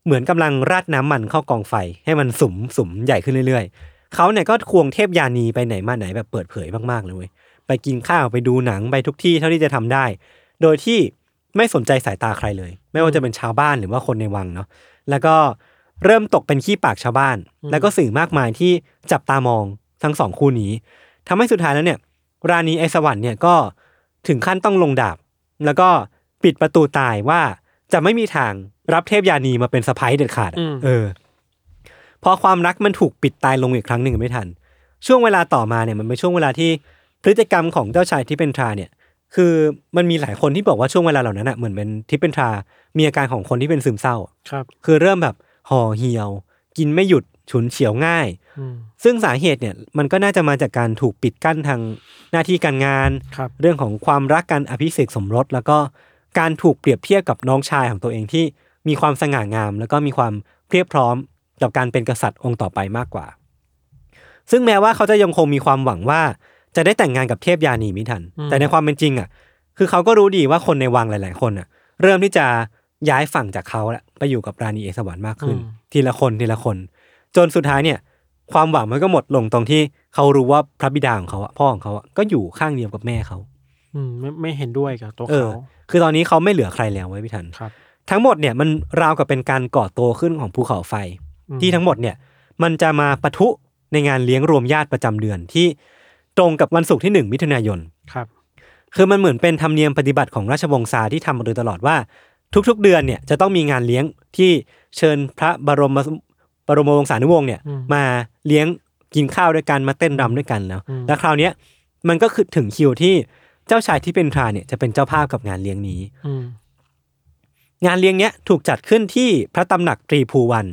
Speaker 1: เหมือนกำลังราดน้ำมันเข้ากองไฟ ให้มันสุมสุมใหญ่ขึ้นเรื่อยๆ เขาเนี่ยก็ควงเทพยานีไปไหนมาไหนแบบเปิดเผยมากๆเลยเว้ยไปกินข้าวไปดูหนังไปทุกที่เท่าที่จะทำได้ โดยที่ไม่สนใจสายตาใครเลย ไม่ว่าจะเป็นชาวบ้านหรือว่าคนในวังเนาะแล้วก็เริ่มตกเป็นขี้ปากชาวบ้าน
Speaker 2: อืม
Speaker 1: แล้วก็สื่อมากมายที่จับตามองทั้งสองคู่นี้ทำให้สุดท้ายแล้วเนี่ย ราณีไอสวรรค์เนี่ยก็ถึงขั้นต้องลงดาบ แล้วก็ปิดประตูตายว่าจะไม่มีทางรับเทพยานีมาเป็นสะพ้ายเด็ดขาดอะ
Speaker 2: อืม
Speaker 1: เออ พอความรักมันถูกปิดตายลงอีกครั้งหนึ่งไม่ทัน ช่วงเวลาต่อมาเนี่ยมันเป็นช่วงเวลาที่พฤติกรรมของเจ้าชายที่เป็นทราเนี่ย คือมันมีหลายคนที่บอกว่าช่วงเวลาเหล่านั้นอะเหมือนเป็นที่เป็นทรา มีอาการของคนที่เป็นซึมเศร้า
Speaker 2: ครับ
Speaker 1: คือเริ่มแบบห่อเหี่ยว กินไม่หยุดฉุนเฉียวง่าย
Speaker 2: อืม
Speaker 1: ซึ่งสาเหตุเนี่ยมันก็น่าจะมาจากการถูกปิดกั้นทางหน้าที่การงาน
Speaker 2: ครับ
Speaker 1: เรื่องของความรักการอภิเษกสมรส แล้วก็การถูกเปรียบเทียบกับน้องชายของตัวเองที่มีความสง่างาม แล้วก็มีความเพียบพร้อมกับการเป็นกษัตริย์องค์ต่อไปมากกว่า ซึ่งแม้ว่าเขาจะยังคงมีความหวังว่า จะได้แต่งงานกับเทพยานีมิทัน
Speaker 2: อืม
Speaker 1: แต่ในความเป็นจริงอ่ะ คือเขาก็รู้ดีว่าคนในวังหลาย ๆ คนอ่ะ เริ่มที่จะย้ายฝั่งจากเขาละไปอยู่กับราณีเอกสวรรค์มากขึ้น ทีละคนทีละคน จนสุดท้ายเนี่ย ความหวังมันก็หมดลงตรงที่เขารู้ว่าพระบิดาของเขาอะพ่อของเขาอะก็อยู่ข้างเดียวกับแม่เขา
Speaker 2: อืมไม่ไม่เห็นด้วยกับตัว
Speaker 1: เออ
Speaker 2: เขา
Speaker 1: คือตอนนี้เขาไม่เหลือใครแล้วไว้ยพี่ทัน
Speaker 2: ครับ
Speaker 1: ทั้งหมดเนี่ยมันราวกับเป็นการก่อตัวขึ้นของภูเขาไฟ
Speaker 2: อืม
Speaker 1: ที่ทั้งหมดเนี่ยมันจะมาปะทุในงานเลี้ยงรวมญาติประจำเดือนที่ตรงกับวันศุกร์ที่หนึ่งมิถุนายน
Speaker 2: ครับ
Speaker 1: คือมันเหมือนเป็นธรรมเนียมปฏิบัติของราชวงศ์ซาร์ที่ทำมาโดยตลอดว่า ทุกๆเดือนเนี่ยจะต้องมีงานเลี้ยงที่เชิญพระบรมบรมวงศานุวงศ์เนี่ย
Speaker 2: อืม
Speaker 1: มาเลี้ยงกินข้าวด้วยกันมาเต้นรำด้วยกันแล้ว
Speaker 2: อืม
Speaker 1: แล้วคราวเนี้ยมันก็คือถึงคิวที่เจ้าชายที่เป็นทราเนี่ยจะเป็นเจ้าภาพกับงานเลี้ยงนี้
Speaker 2: อืม
Speaker 1: งานเลี้ยงเนี้ยถูกจัดขึ้นที่พระตำหนักตรีภูวัน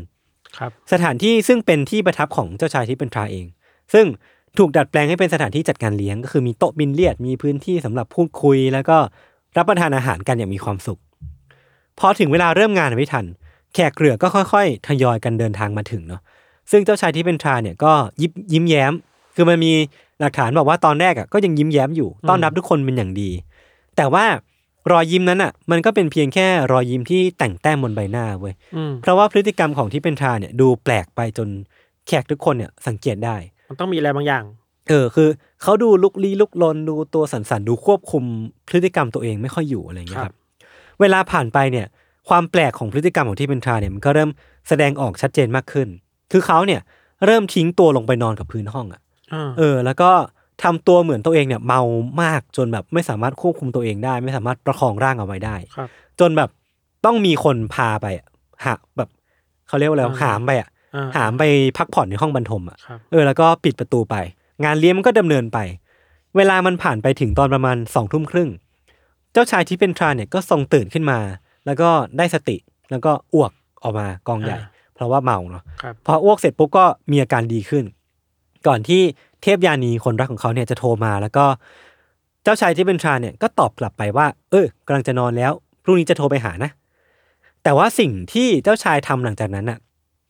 Speaker 2: ครับ
Speaker 1: สถานที่ซึ่งเป็นที่ประทับของเจ้าชายที่เป็นทราเอง ซึ่งถูกดัดแปลงให้เป็นสถานที่จัดงานเลี้ยง ก็คือมีโต๊ะบินเลียด มีพื้นที่สำหรับพูดคุย แล้วก็รับประทานอาหารกันอย่างมีความสุข พอถึงเวลาเริ่มงานไม่ทัน แขกเรือก็ค่อยๆ ทยอยกันเดินทางมาถึงเนาะ ซึ่งเจ้าชายที่เป็นทราเนี่ยก็ยิบยิ้มแย้ม คือมันมีหลักฐานบอกว่าตอนแรกอะก็ยังยิ้มแย้มอยู่ต้อนรับทุกคนเป็นอย่างดี แต่ว่ารอยยิ้มนั้นอะมันก็เป็นเพียงแค่รอยยิ้มที่แต่งแต้มบนใบหน้าเว้ย
Speaker 2: อืม
Speaker 1: เพราะว่าพฤติกรรมของที่เป็นทาเนี่ยดูแปลกไปจนแขกทุกคนเนี่ยสังเกตได้
Speaker 2: มันต้องมีอะไรบางอย่าง
Speaker 1: เออคือเขาดูลุกลี้ลุกลนดูตัวสันสันๆดูควบคุมพฤติกรรมตัวเองไม่ค่อยอยู่อะไรอย่างเงี้ยค
Speaker 2: ครั
Speaker 1: รับ บเวลาผ่านไปเนี่ยความแปลกของพฤติกรรมของที่เป็นทาเนี่ยมันก็เริ่มแสดงออกชัดเจนมากขึ้น คือเขาเนี่ยเริ่มทิ้งตัวลงไปนอนกับพื้นห้องอะ
Speaker 2: อ่า
Speaker 1: เออแล้วก็ทำตัวเหมือนตัวเองเนี่ยเมามากจนแบบไม่สามารถควบคุมตัวเองได้ ไม่สามารถประคองร่างเอาไว้ได้
Speaker 2: ครับ
Speaker 1: จนแบบต้องมีคนพาไปอะหาแบบเขาเรียกว่าอะไร
Speaker 2: อ่า
Speaker 1: หามไปอ่ะ
Speaker 2: อ่า
Speaker 1: หามไปพักผ่อนในห้องบรรทมอ่ะ
Speaker 2: ครับ
Speaker 1: เออแล้วก็ปิดประตูไป งานเลี้ยงมันก็ดำเนินไป เวลามันผ่านไปถึงตอนประมาณสองทุ่มครึ่ง เจ้าชายที่เป็นทรานเนี่ยก็ทรงตื่นขึ้นมา แล้วก็ได้สติแล้วก็อ้วกออกมากองใหญ่
Speaker 2: อ่
Speaker 1: เพราะว่าเมาเนาะ
Speaker 2: ครับ
Speaker 1: พออ้วกเสร็จปุ๊บก็มีอาการดีขึ้น ก่อนที่เทพยานีคนรักของเขาเนี่ยจะโทรมาแล้วก็เจ้าชายที่เป็นทรานเนี่ยก็ตอบกลับไปว่า เออกำลังจะนอนแล้วพรุ่งนี้จะโทรไปหานะ แต่ว่าสิ่งที่เจ้าชายทำหลังจากนั้นน่ะ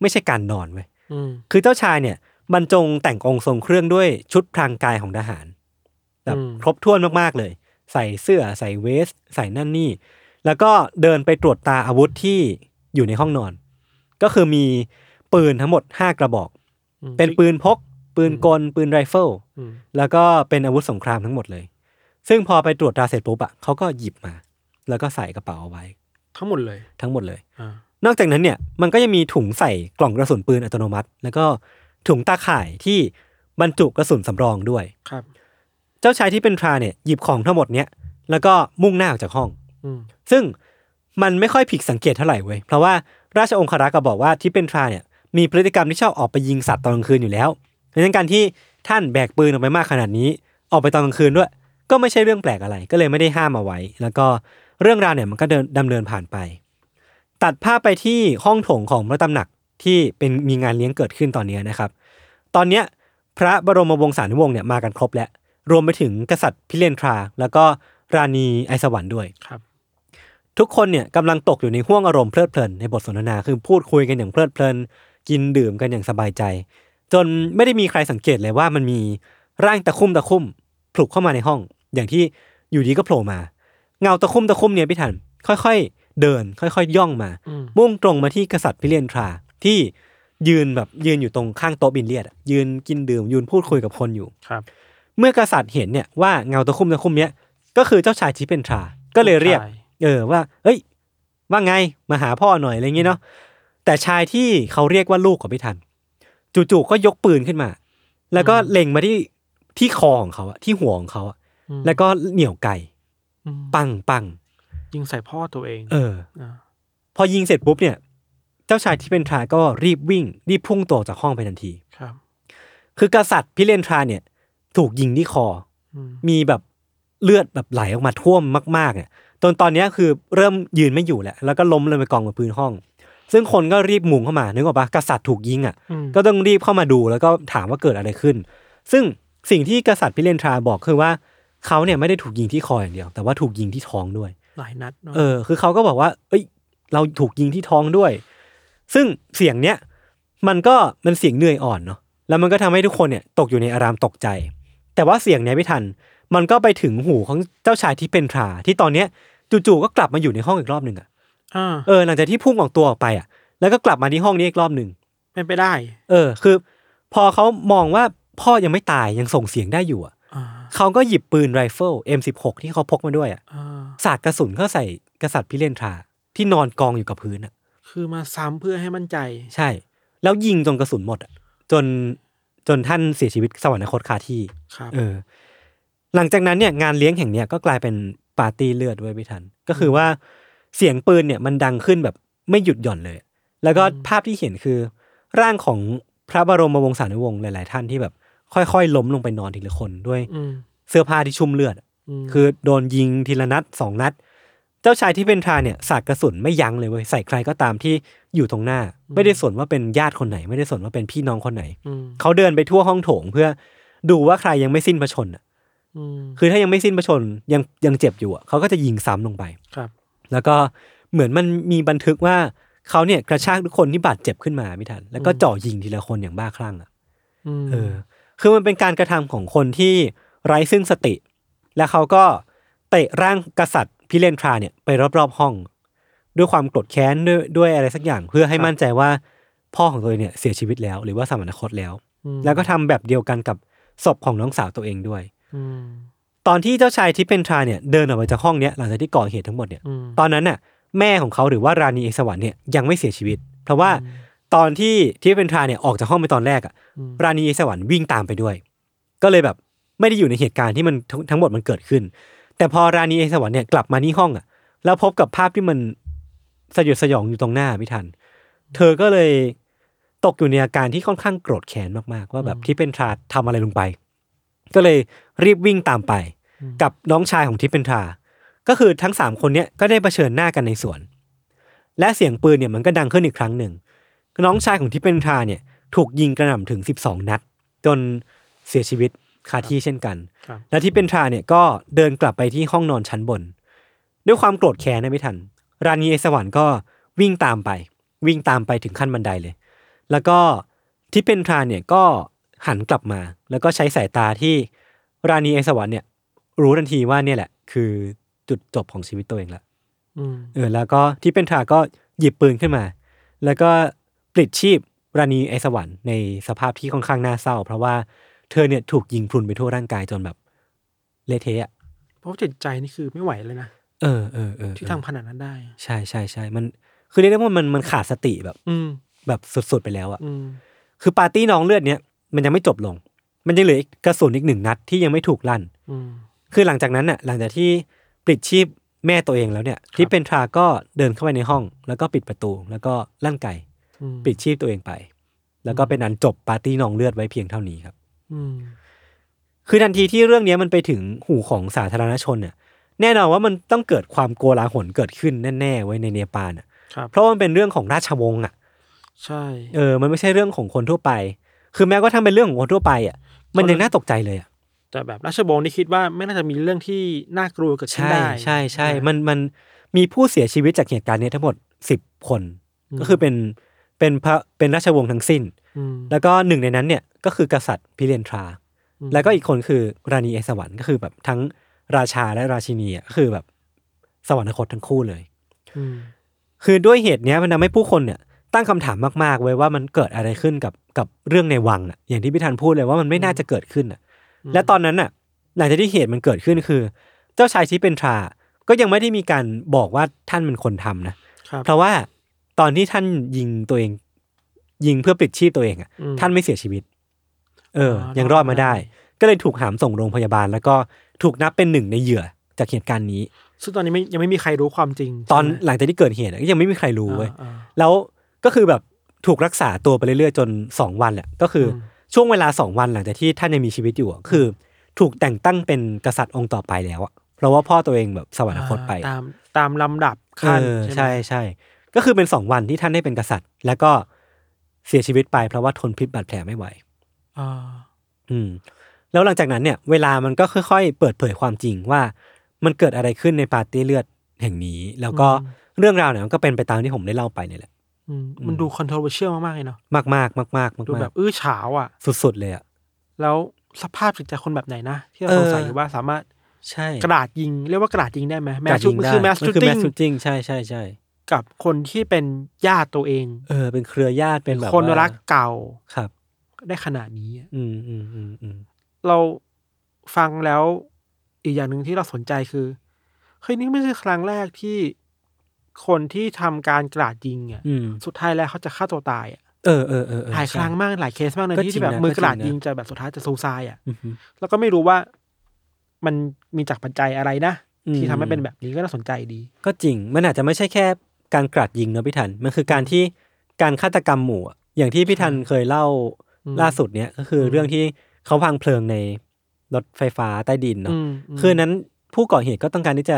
Speaker 1: ไม่ใช่การนอนเว้ย
Speaker 2: อืม
Speaker 1: คือเจ้าชายเนี่ยบรรจงแต่งองค์ทรงเครื่องด้วยชุดพรางกายของทหารแบบ
Speaker 2: อืม
Speaker 1: ครบถ้วนมากๆเลย ใส่เสื้อใส่เวสต์ใส่นั่นนี่ แล้วก็เดินไปตรวจตาอาวุธที่อยู่ในห้องนอน ก็คือมีปืนทั้งหมด 5 กระบอก
Speaker 2: อืม
Speaker 1: เป็นปืนพก ปืนกล ปืนไรเฟิล
Speaker 2: อืม
Speaker 1: แล้วก็เป็นอาวุธสงครามทั้งหมดเลย ซึ่งพอไปตรวจตาเสร็จปุ๊บอะเขาก็หยิบมา แล้วก็ใส่กระเป๋าเอาไว้
Speaker 2: ทั้งหมดเลย
Speaker 1: ทั้งหมดเลย
Speaker 2: อ่าน
Speaker 1: อกจากนั้นเนี่ยมันก็ยังมีถุงใส่กล่องกระสุนปืนอัตโนมัติ แล้วก็ถุงตาข่ายที่บรรจุกระสุนสำรองด้วย
Speaker 2: ครับ
Speaker 1: เจ้าชายที่เป็นทราเนี่ยหยิบของทั้งหมดเนี่ยแล้วก็มุ่งหน้าออกจากห้อง
Speaker 2: อืม
Speaker 1: ซึ่งมันไม่ค่อยผิดสังเกตเท่าไหร่เว้ยเพราะว่าราชองครักษ์ก็บอกว่าที่เป็นทราเนี่ยมีพฤติกรรมที่ชอบออกไปยิงสัตว์ตอนกลางคืนอยู่แล้วดังนั้นการที่ท่านแบกปืนออกไปมากขนาดนี้ ออกไปตอนกลางคืนด้วย ก็ไม่ใช่เรื่องแปลกอะไร ก็เลยไม่ได้ห้ามเอาไว้ แล้วก็เรื่องราวเนี่ยมันก็เดินดำเนินผ่านไป ตัดภาพไปที่ห้องโถงของพระตำหนักที่เป็นมีงานเลี้ยงเกิดขึ้นตอนเนี้ยนะครับ ตอนเนี้ยพระบรมวงศานุวงศ์เนี่ยมากันครบแล้วรวมไปถึงกษัตริย์พิเรนทรา แล้วก็ราณีไอสวรรค์ด้วย
Speaker 2: ครับ
Speaker 1: ทุกคนเนี่ยกำลังตกอยู่ในห่วงอารมณ์เพลิดเพลินในบทสนทนาคือพูดคุยกันอย่างเพลิดเพลิน กินดื่มกันอย่างสบายใจ จนไม่ได้มีใครสังเกตเลยว่ามันมีร่างตะคุ่มตะคุ่มผลุกเข้ามาในห้อง อย่างที่อยู่ดีก็โผล่มา เงาตะคุ่มตะคุ่มเนี่ยพี่ทันค่อยๆ เดิน ค่อยๆ ย่องมา
Speaker 2: อืม
Speaker 1: มุ่งตรงมาที่กษัตริย์พิเรนทราที่ยืนแบบยืนอยู่ตรงข้างโต๊ะบินเลียดอะยืนกินดื่มยืนพูดคุยกับคนอยู่
Speaker 2: ครับ
Speaker 1: เมื่อกษัตริย์เห็นเนี่ยว่าเงาตะคุ่มตะคุ่มเนี้ยก็คือเจ้าชายทิเพนทรา ก็เลยเรียก
Speaker 2: ใช่
Speaker 1: เออว่า เอ้ย ว่าไง มาหาพ่อหน่อยอะไรอย่างงี้เนาะ แต่ชายที่เขาเรียกว่าลูกของพี่ทัน จู่ๆก็ยกปืนขึ้นมา แล้วก็เล็งมาที่ที่คอของเขาอะที่หัวของเขาอะ
Speaker 2: อืม
Speaker 1: แล้วก็เหนี่ยวไก่
Speaker 2: อืม
Speaker 1: ปังปัง
Speaker 2: ยิงใส่พ่อตัวเอง
Speaker 1: เออ
Speaker 2: า
Speaker 1: พอยิงเสร็จปุ๊บเนี่ย เจ้าชายที่เป็นทราก็รีบวิ่ง รีบพุ่งตัวออกจากห้องไปทันที
Speaker 2: ครับ
Speaker 1: คือกษัตริย์พิเรนทราเนี่ย ถูกยิงที่คอ
Speaker 2: อืม
Speaker 1: มีแบบเลือดแบบไหลออกมาท่วมมากๆเนี่ยจนตอนเนี้ยคือเริ่มยืนไม่อยู่แหละแล้วก็ล้มลงไปกองบนพื้นห้อง ซึ่งคนก็รีบมุงเข้ามานึกออกปะกษัตริย์ถูกยิงอ่ะ
Speaker 2: อืม
Speaker 1: ก็ต้องรีบเข้ามาดูแล้วก็ถามว่าเกิดอะไรขึ้น ซึ่งสิ่งที่กษัตริย์พิเรนทราบอกคือว่าเขาเนี่ยไม่ได้ถูกยิงที่คออย่างเดียว แต่ว่าถูกยิงที่ท้องด้วย
Speaker 2: หลายนัดนะ
Speaker 1: เออ คือเขาก็บอกว่า เอ้ย เราถูกยิงที่ท้องด้วย ซึ่งเสียงเนี้ย มันก็มันเสียงเหนื่อยอ่อนเนาะ แล้วมันก็ทำให้ทุกคนเนี่ยตกอยู่ในอารามตกใจ แต่ว่าเสียงเนี้ยไม่ทัน มันก็ไปถึงหูของเจ้าชายที่เป็นทราที่ตอนเนี้ยจู่ๆก็กลับมาอยู่ในห้องอีกรอบหนึ่งอะ
Speaker 2: อ่า
Speaker 1: เออ หลังจากที่พุ่งออกตัวออกไปอะแล้วก็กลับมาที่ห้องนี้อีกรอบหนึ่ง
Speaker 2: เป็นไปได้
Speaker 1: เออ คือ พอเขามองว่าพ่อยังไม่ตายยังส่งเสียงได้อยู่อะ
Speaker 2: อ่า
Speaker 1: เขาก็หยิบปืนไรเฟิล M16 ที่เขาพกมาด้วยอะ
Speaker 2: อ่า
Speaker 1: สาดกระสุนเข้าใส่กษัตริย์พิเรนทราที่นอนกองอยู่กับพื้นอะ
Speaker 2: คือมาซ้ำเพื่อให้มั่นใจ
Speaker 1: ใช่ แล้วยิงจนกระสุนหมดอะจนจนท่านเสียชีวิตสวรรคตคาที่
Speaker 2: ครับ
Speaker 1: เออ หลังจากนั้นเนี่ยงานเลี้ยงแห่งเนี้ยก็กลายเป็นปาร์ตี้เลือดไว้ยพี่ทัน ก็คือว่าเสียงปืนเนี่ยมันดังขึ้นแบบไม่หยุดหย่อนเลย แล้วก็ภาพที่เห็นคือ ร่างของพระบรมวงศานุวงศ์หลาย ๆ ท่านที่แบบ ค่อยๆ ล้มลงไปนอนทีละคนด้วย
Speaker 2: อืม
Speaker 1: เสื้อผ้าที่ชุ่มเลือด
Speaker 2: ม
Speaker 1: คือโดนยิงทีละนัดสองนัด เจ้าชายที่เป็นทราเนี่ยสาดกระสุนไม่ยั้งเลยเว้ยใส่ใครก็ตามที่อยู่ตรงหน้า ไม่ได้สนว่าเป็นญาติคนไหน ไม่ได้สนว่าเป็นพี่น้องคนไหน
Speaker 2: ม
Speaker 1: เขาเดินไปทั่วห้องโถงเพื่อดูว่าใครยังไม่สิ้นพระชนน่ะ
Speaker 2: อืม
Speaker 1: คือถ้ายังไม่สิ้นพระชนยังยังเจ็บอยู่อะเขาก็จะยิงซ้ำลงไป
Speaker 2: ครับ
Speaker 1: แล้วก็เหมือนมันมีบันทึกว่าเขาเนี่ยกระชากทุกคนที่บาดเจ็บขึ้นมาพี่ทันแล้วก็เจาะยิงทีละคนอย่างบ้าคลั่งอะ
Speaker 2: อืม
Speaker 1: เออคือมันเป็นการกระทำของคนที่ไร้ซึ่งสติ และเขาก็เตะร่างกษัตริย์พิเรนทราเนี่ยไปรอบๆห้อง ด้วยความโกรธแค้นด้วยด้วยอะไรสักอย่างเพื่อให้มั่นใจว่าพ่อของตัวเองเนี่ยเสียชีวิตแล้ว หรือว่าสมรรคตแล้ว
Speaker 2: ม
Speaker 1: แล้วก็ทำแบบเดียวกันกับศพของน้องสาวตัวเองด้วย
Speaker 2: อืม
Speaker 1: ตอนที่เจ้าชายทิพย์เพนทราเนี่ยเดินออกมาจากห้องเนี้ยหลังจากที่ก่อเหตุทั้งหมดเนี่ย
Speaker 2: อืม
Speaker 1: ตอนนั้นน่ะแม่ของเขาหรือว่าราณีเอกสวรรค์เนี่ยยังไม่เสียชีวิต เพราะว่าตอนที่ทิพย์เพนทราเนี่ยออกจากห้องไปตอนแรกอ่ะ
Speaker 2: อืม
Speaker 1: ราณีสวรรค์วิ่งตามไปด้วย ก็เลยแบบไม่ได้อยู่ในเหตุการณ์ที่มันทั้งทั้งหมดมันเกิดขึ้น แต่พอราณีสวรรค์เนี่ยกลับมาที่ห้องอ่ะ แล้วพบกับภาพที่มันสยดสยองอยู่ตรงหน้าพี่ทัน เธอก็เลยตกอยู่ในอาการที่ค่อนข้างโกรธแค้นมากๆ ว่าแบบที่เป็นทราทำอะไรลงไป ก็เลยรีบวิ่งตามไป กับน้องชายของทิพย์เป็นทราก็คือทั้งสามคนเนี้ยก็ได้เผชิญหน้ากันในสวน และเสียงปืนเนี่ยมันก็ดังขึ้นอีกครั้งหนึ่ง น้องชายของทิพย์เป็นทราเนี่ยถูกยิงกระหน่ำถึง 12 นัด จนเสียชีวิตคาที่เช่นกัน
Speaker 2: ครับ
Speaker 1: และทิพย์เป็นทราเนี่ยก็เดินกลับไปที่ห้องนอนชั้นบน ด้วยความโกรธแค้นนะไม่ทัน ราณีเอสวรรค์ก็วิ่งตามไป วิ่งตามไปถึงขั้นบันไดเลย แล้วก็ทิพย์เป็นทราเนี่ยก็หันกลับมา แล้วก็ใช้สายตาที่ราณีเอสวรรค์เนี่ย รู้ทันทีว่าเนี่ยแหละ คือจุดจบของชีวิตตัวเองละ
Speaker 2: อืม
Speaker 1: เออแล้วก็ที่เป็นทาก็หยิบปืนขึ้นมา แล้วก็ปลิดชีพราณีไอสวรรค์ในสภาพที่ค่อนข้างน่าเศร้า เพราะว่าเธอเนี่ยถูกยิงพรุนไปทั่วร่างกายจนแบบเละเทะอะ
Speaker 2: เพราะจิตใจนี่คือไม่ไหวเลยนะ
Speaker 1: เออเออเออ
Speaker 2: ที่ทำขนาดนั้นได้
Speaker 1: ใช่ใช่ใช่มัน คือเรียกได้ว่ามันมันขาดสติแบบ
Speaker 2: อืม
Speaker 1: แบบสุดๆไปแล้วอะ
Speaker 2: อืม
Speaker 1: คือปาร์ตี้น้องเลือดเนี้ยมันยังไม่จบลง มันยังเหลืออีกกระสุนอีกหนึ่งนัดที่ยังไม่ถูกลั่น
Speaker 2: อืม
Speaker 1: คือหลังจากนั้นน่ะหลังจากที่ปลิดชีพแม่ตัวเองแล้วเนี่ยที่เป็นทราก็เดินเข้าไปในห้อง แล้วก็ปิดประตู แล้วก็ลั่นไก
Speaker 2: อืม
Speaker 1: ปลิดชีพตัวเองไป แล้วก็เป็นอันจบปาร์ตี้น้องเลือดไว้เพียงเท่านี้ครับ
Speaker 2: อืม
Speaker 1: คือทันทีที่เรื่องเนี้ยมันไปถึงหูของสาธารณชนเนี่ยแน่นอนว่ามันต้องเกิดความโกลาหลเกิดขึ้นแน่ๆไว้ในเนปาลอ่ะ
Speaker 2: ครับ
Speaker 1: เพราะว่ามันเป็นเรื่องของราชวงศ์อ่ะ
Speaker 2: ใช่
Speaker 1: เออ มันไม่ใช่เรื่องของคนทั่วไป คือแม้กระทั่งเป็นเรื่องของคนทั่วไปอ่ะ มันยังน่าตกใจเลยอ่ะ
Speaker 2: แต่แบบราชวงศ์นี่คิดว่าไม่น่าจะมีเรื่องที่น่ากลัวเกิดขึ้น
Speaker 1: ใช่
Speaker 2: ได้
Speaker 1: ใช่ใช่
Speaker 2: ะ
Speaker 1: มันมันมีผู้เสียชีวิตจากเหตุการณ์เนี้ยทั้งหมดสิบคน
Speaker 2: อืม
Speaker 1: ก็คือเป็นเป็นพระเป็นราชวงศ์ทั้งสิ้น
Speaker 2: อืม
Speaker 1: แล้วก็หนึ่งในนั้นเนี่ยก็คือกษัตริย์พิเรนทรา แล้วก็อีกคนคือราณีเอสวรรค์ก็คือแบบทั้งราชาและราชินีอ่ะก็คือแบบสวรรคตทั้งคู่เลย
Speaker 2: อืม
Speaker 1: คือด้วยเหตุเนี้ยมันทำให้ผู้คนเนี่ยตั้งคำถามมากๆไว้ว่ามันเกิดอะไรขึ้นกับกับเรื่องในวังน่ะอย่างที่พี่ธันพูดเลยว่ามันไม่น่าจะเกิดขึ้นน่ะ และตอนนั้นน่ะหลังจากที่เหตุมันเกิดขึ้นคือ เจ้าชายชิเป็นทรา ก็ยังไม่ได้มีการบอกว่าท่านเป็นคนทำนะครับ เพราะว่าตอนที่ท่านยิงตัวเอง ยิงเพื่อปลิดชีพตัวเองอ่ะ
Speaker 2: อืม
Speaker 1: ท่านไม่เสียชีวิต เออ
Speaker 2: อ
Speaker 1: ยังรอดมาได้
Speaker 2: รอดมา
Speaker 1: ก็เลยถูกหามส่งโรงพยาบาล แล้วก็ถูกนับเป็นหนึ่งในเหยื่อจากเหตุการณ์นี้
Speaker 2: ซึ่งตอนนี้ไม่ยังไม่มีใครรู้ความจริง
Speaker 1: ตอน
Speaker 2: ใช่ไหม
Speaker 1: หลังจากที่เกิดเหตุอะก็ยังไม่มีใครรู้เว้ย
Speaker 2: อ่า
Speaker 1: แล้วก็คือแบบถูกรักษาตัวไปเรื่อยๆ จน 2 วันแหละก็คืออ
Speaker 2: ม
Speaker 1: ช่วงเวลา 2 วันหลังจากที่ท่านยังมีชีวิตอยู่อะคือ ถูกแต่งตั้งเป็นกษัตริย์องค์ต่อไปแล้วอะเพราะว่าพ่อตัวเองแบบสวรรคตไป
Speaker 2: อ่าตามตามลำดับขั้น
Speaker 1: เออ
Speaker 2: ไหม
Speaker 1: ใช่ใช่ก็คือเป็น 2 วันที่ท่านได้เป็นกษัตริย์ แล้วก็เสียชีวิตไปเพราะว่าทนพิษบาดแผลไม่ไหว
Speaker 2: อ่า
Speaker 1: อืมแล้วหลังจากนั้นเนี่ย เวลามันก็ค่อย ๆ เปิดเผยความจริงว่ามันเกิดอะไรขึ้นในปาร์ตี้เลือดแห่งนี้ แล้วก็เรื่องราวเนี่ยมันก็เป็นไปตามที่ผมได้เล่าไปเนี่ยแหละ
Speaker 2: อืม
Speaker 1: อืม
Speaker 2: มันดู controversial มากๆเลยเนาะ
Speaker 1: มากๆมากๆมากๆ
Speaker 2: ดูแบบอื้อฉาวอ่ะ
Speaker 1: สุดๆเลยอะ
Speaker 2: แล้วสภาพจิตใจคนแบบไหนนะ ที่เรา
Speaker 1: เออ
Speaker 2: สงสัยอยู่ว่าสามารถ
Speaker 1: ใช่
Speaker 2: กระดาษยิง เรียกว่ากระดาษยิงได้ไหมแมสชู
Speaker 1: จัดยิงได้
Speaker 2: คือ
Speaker 1: นคือ
Speaker 2: แมสชูติ้ง
Speaker 1: mass shooting ใช่ใช่ใช่
Speaker 2: กับคนที่เป็นญาติตัวเอง
Speaker 1: เออเป็นเครือญาติเป็นแบบ
Speaker 2: คน
Speaker 1: ว่า
Speaker 2: รักเก่า
Speaker 1: ครับ
Speaker 2: ได้ขนาดนี้อะ
Speaker 1: อืมอืมอืมอืม
Speaker 2: เราฟังแล้วอีกอย่างหนึ่งที่เราสนใจคือเฮ้ยนี่ไม่ใช่ครั้งแรกที่คนที่ทำการกระดาษยิงอ่ะ
Speaker 1: อืม
Speaker 2: สุดท้ายแล้วเขาจะฆ่าตัวตายอ่ะ
Speaker 1: เออเออเออเออ
Speaker 2: หลายค
Speaker 1: ใช่
Speaker 2: รั้งมากหลายเคสมากเลย
Speaker 1: ก็
Speaker 2: ที่
Speaker 1: จริ
Speaker 2: ที่
Speaker 1: ง
Speaker 2: แบบ
Speaker 1: นะ
Speaker 2: มือ
Speaker 1: ก็
Speaker 2: กระดาษ
Speaker 1: จริงนะ
Speaker 2: ยิงจะแบบสุดท้ายจะซูซายอ่ะ
Speaker 1: อือฮึ
Speaker 2: แล้วก็ไม่รู้ว่ามันมีจากปัจจัยอะไรนะ
Speaker 1: อืม
Speaker 2: ที่ทำให้เป็นแบบนี้ก็น่าสนใจดี
Speaker 1: ก็จริงมันอาจจะไม่ใช่แค่การกราดยิงเนอะพี่ทันมันคือการที่การฆาตกรรมหมู่อะอย่างที่พี่ทันเคยเล่า
Speaker 2: อืม
Speaker 1: ล่าสุดเนี้ยก็คืออเรื่องที่เขาพังเพลิงในรถไฟฟ้าใต้ดินเนาะ
Speaker 2: ม
Speaker 1: คืนนั้นผู้ก่อเหตุก็ต้องการที่จะ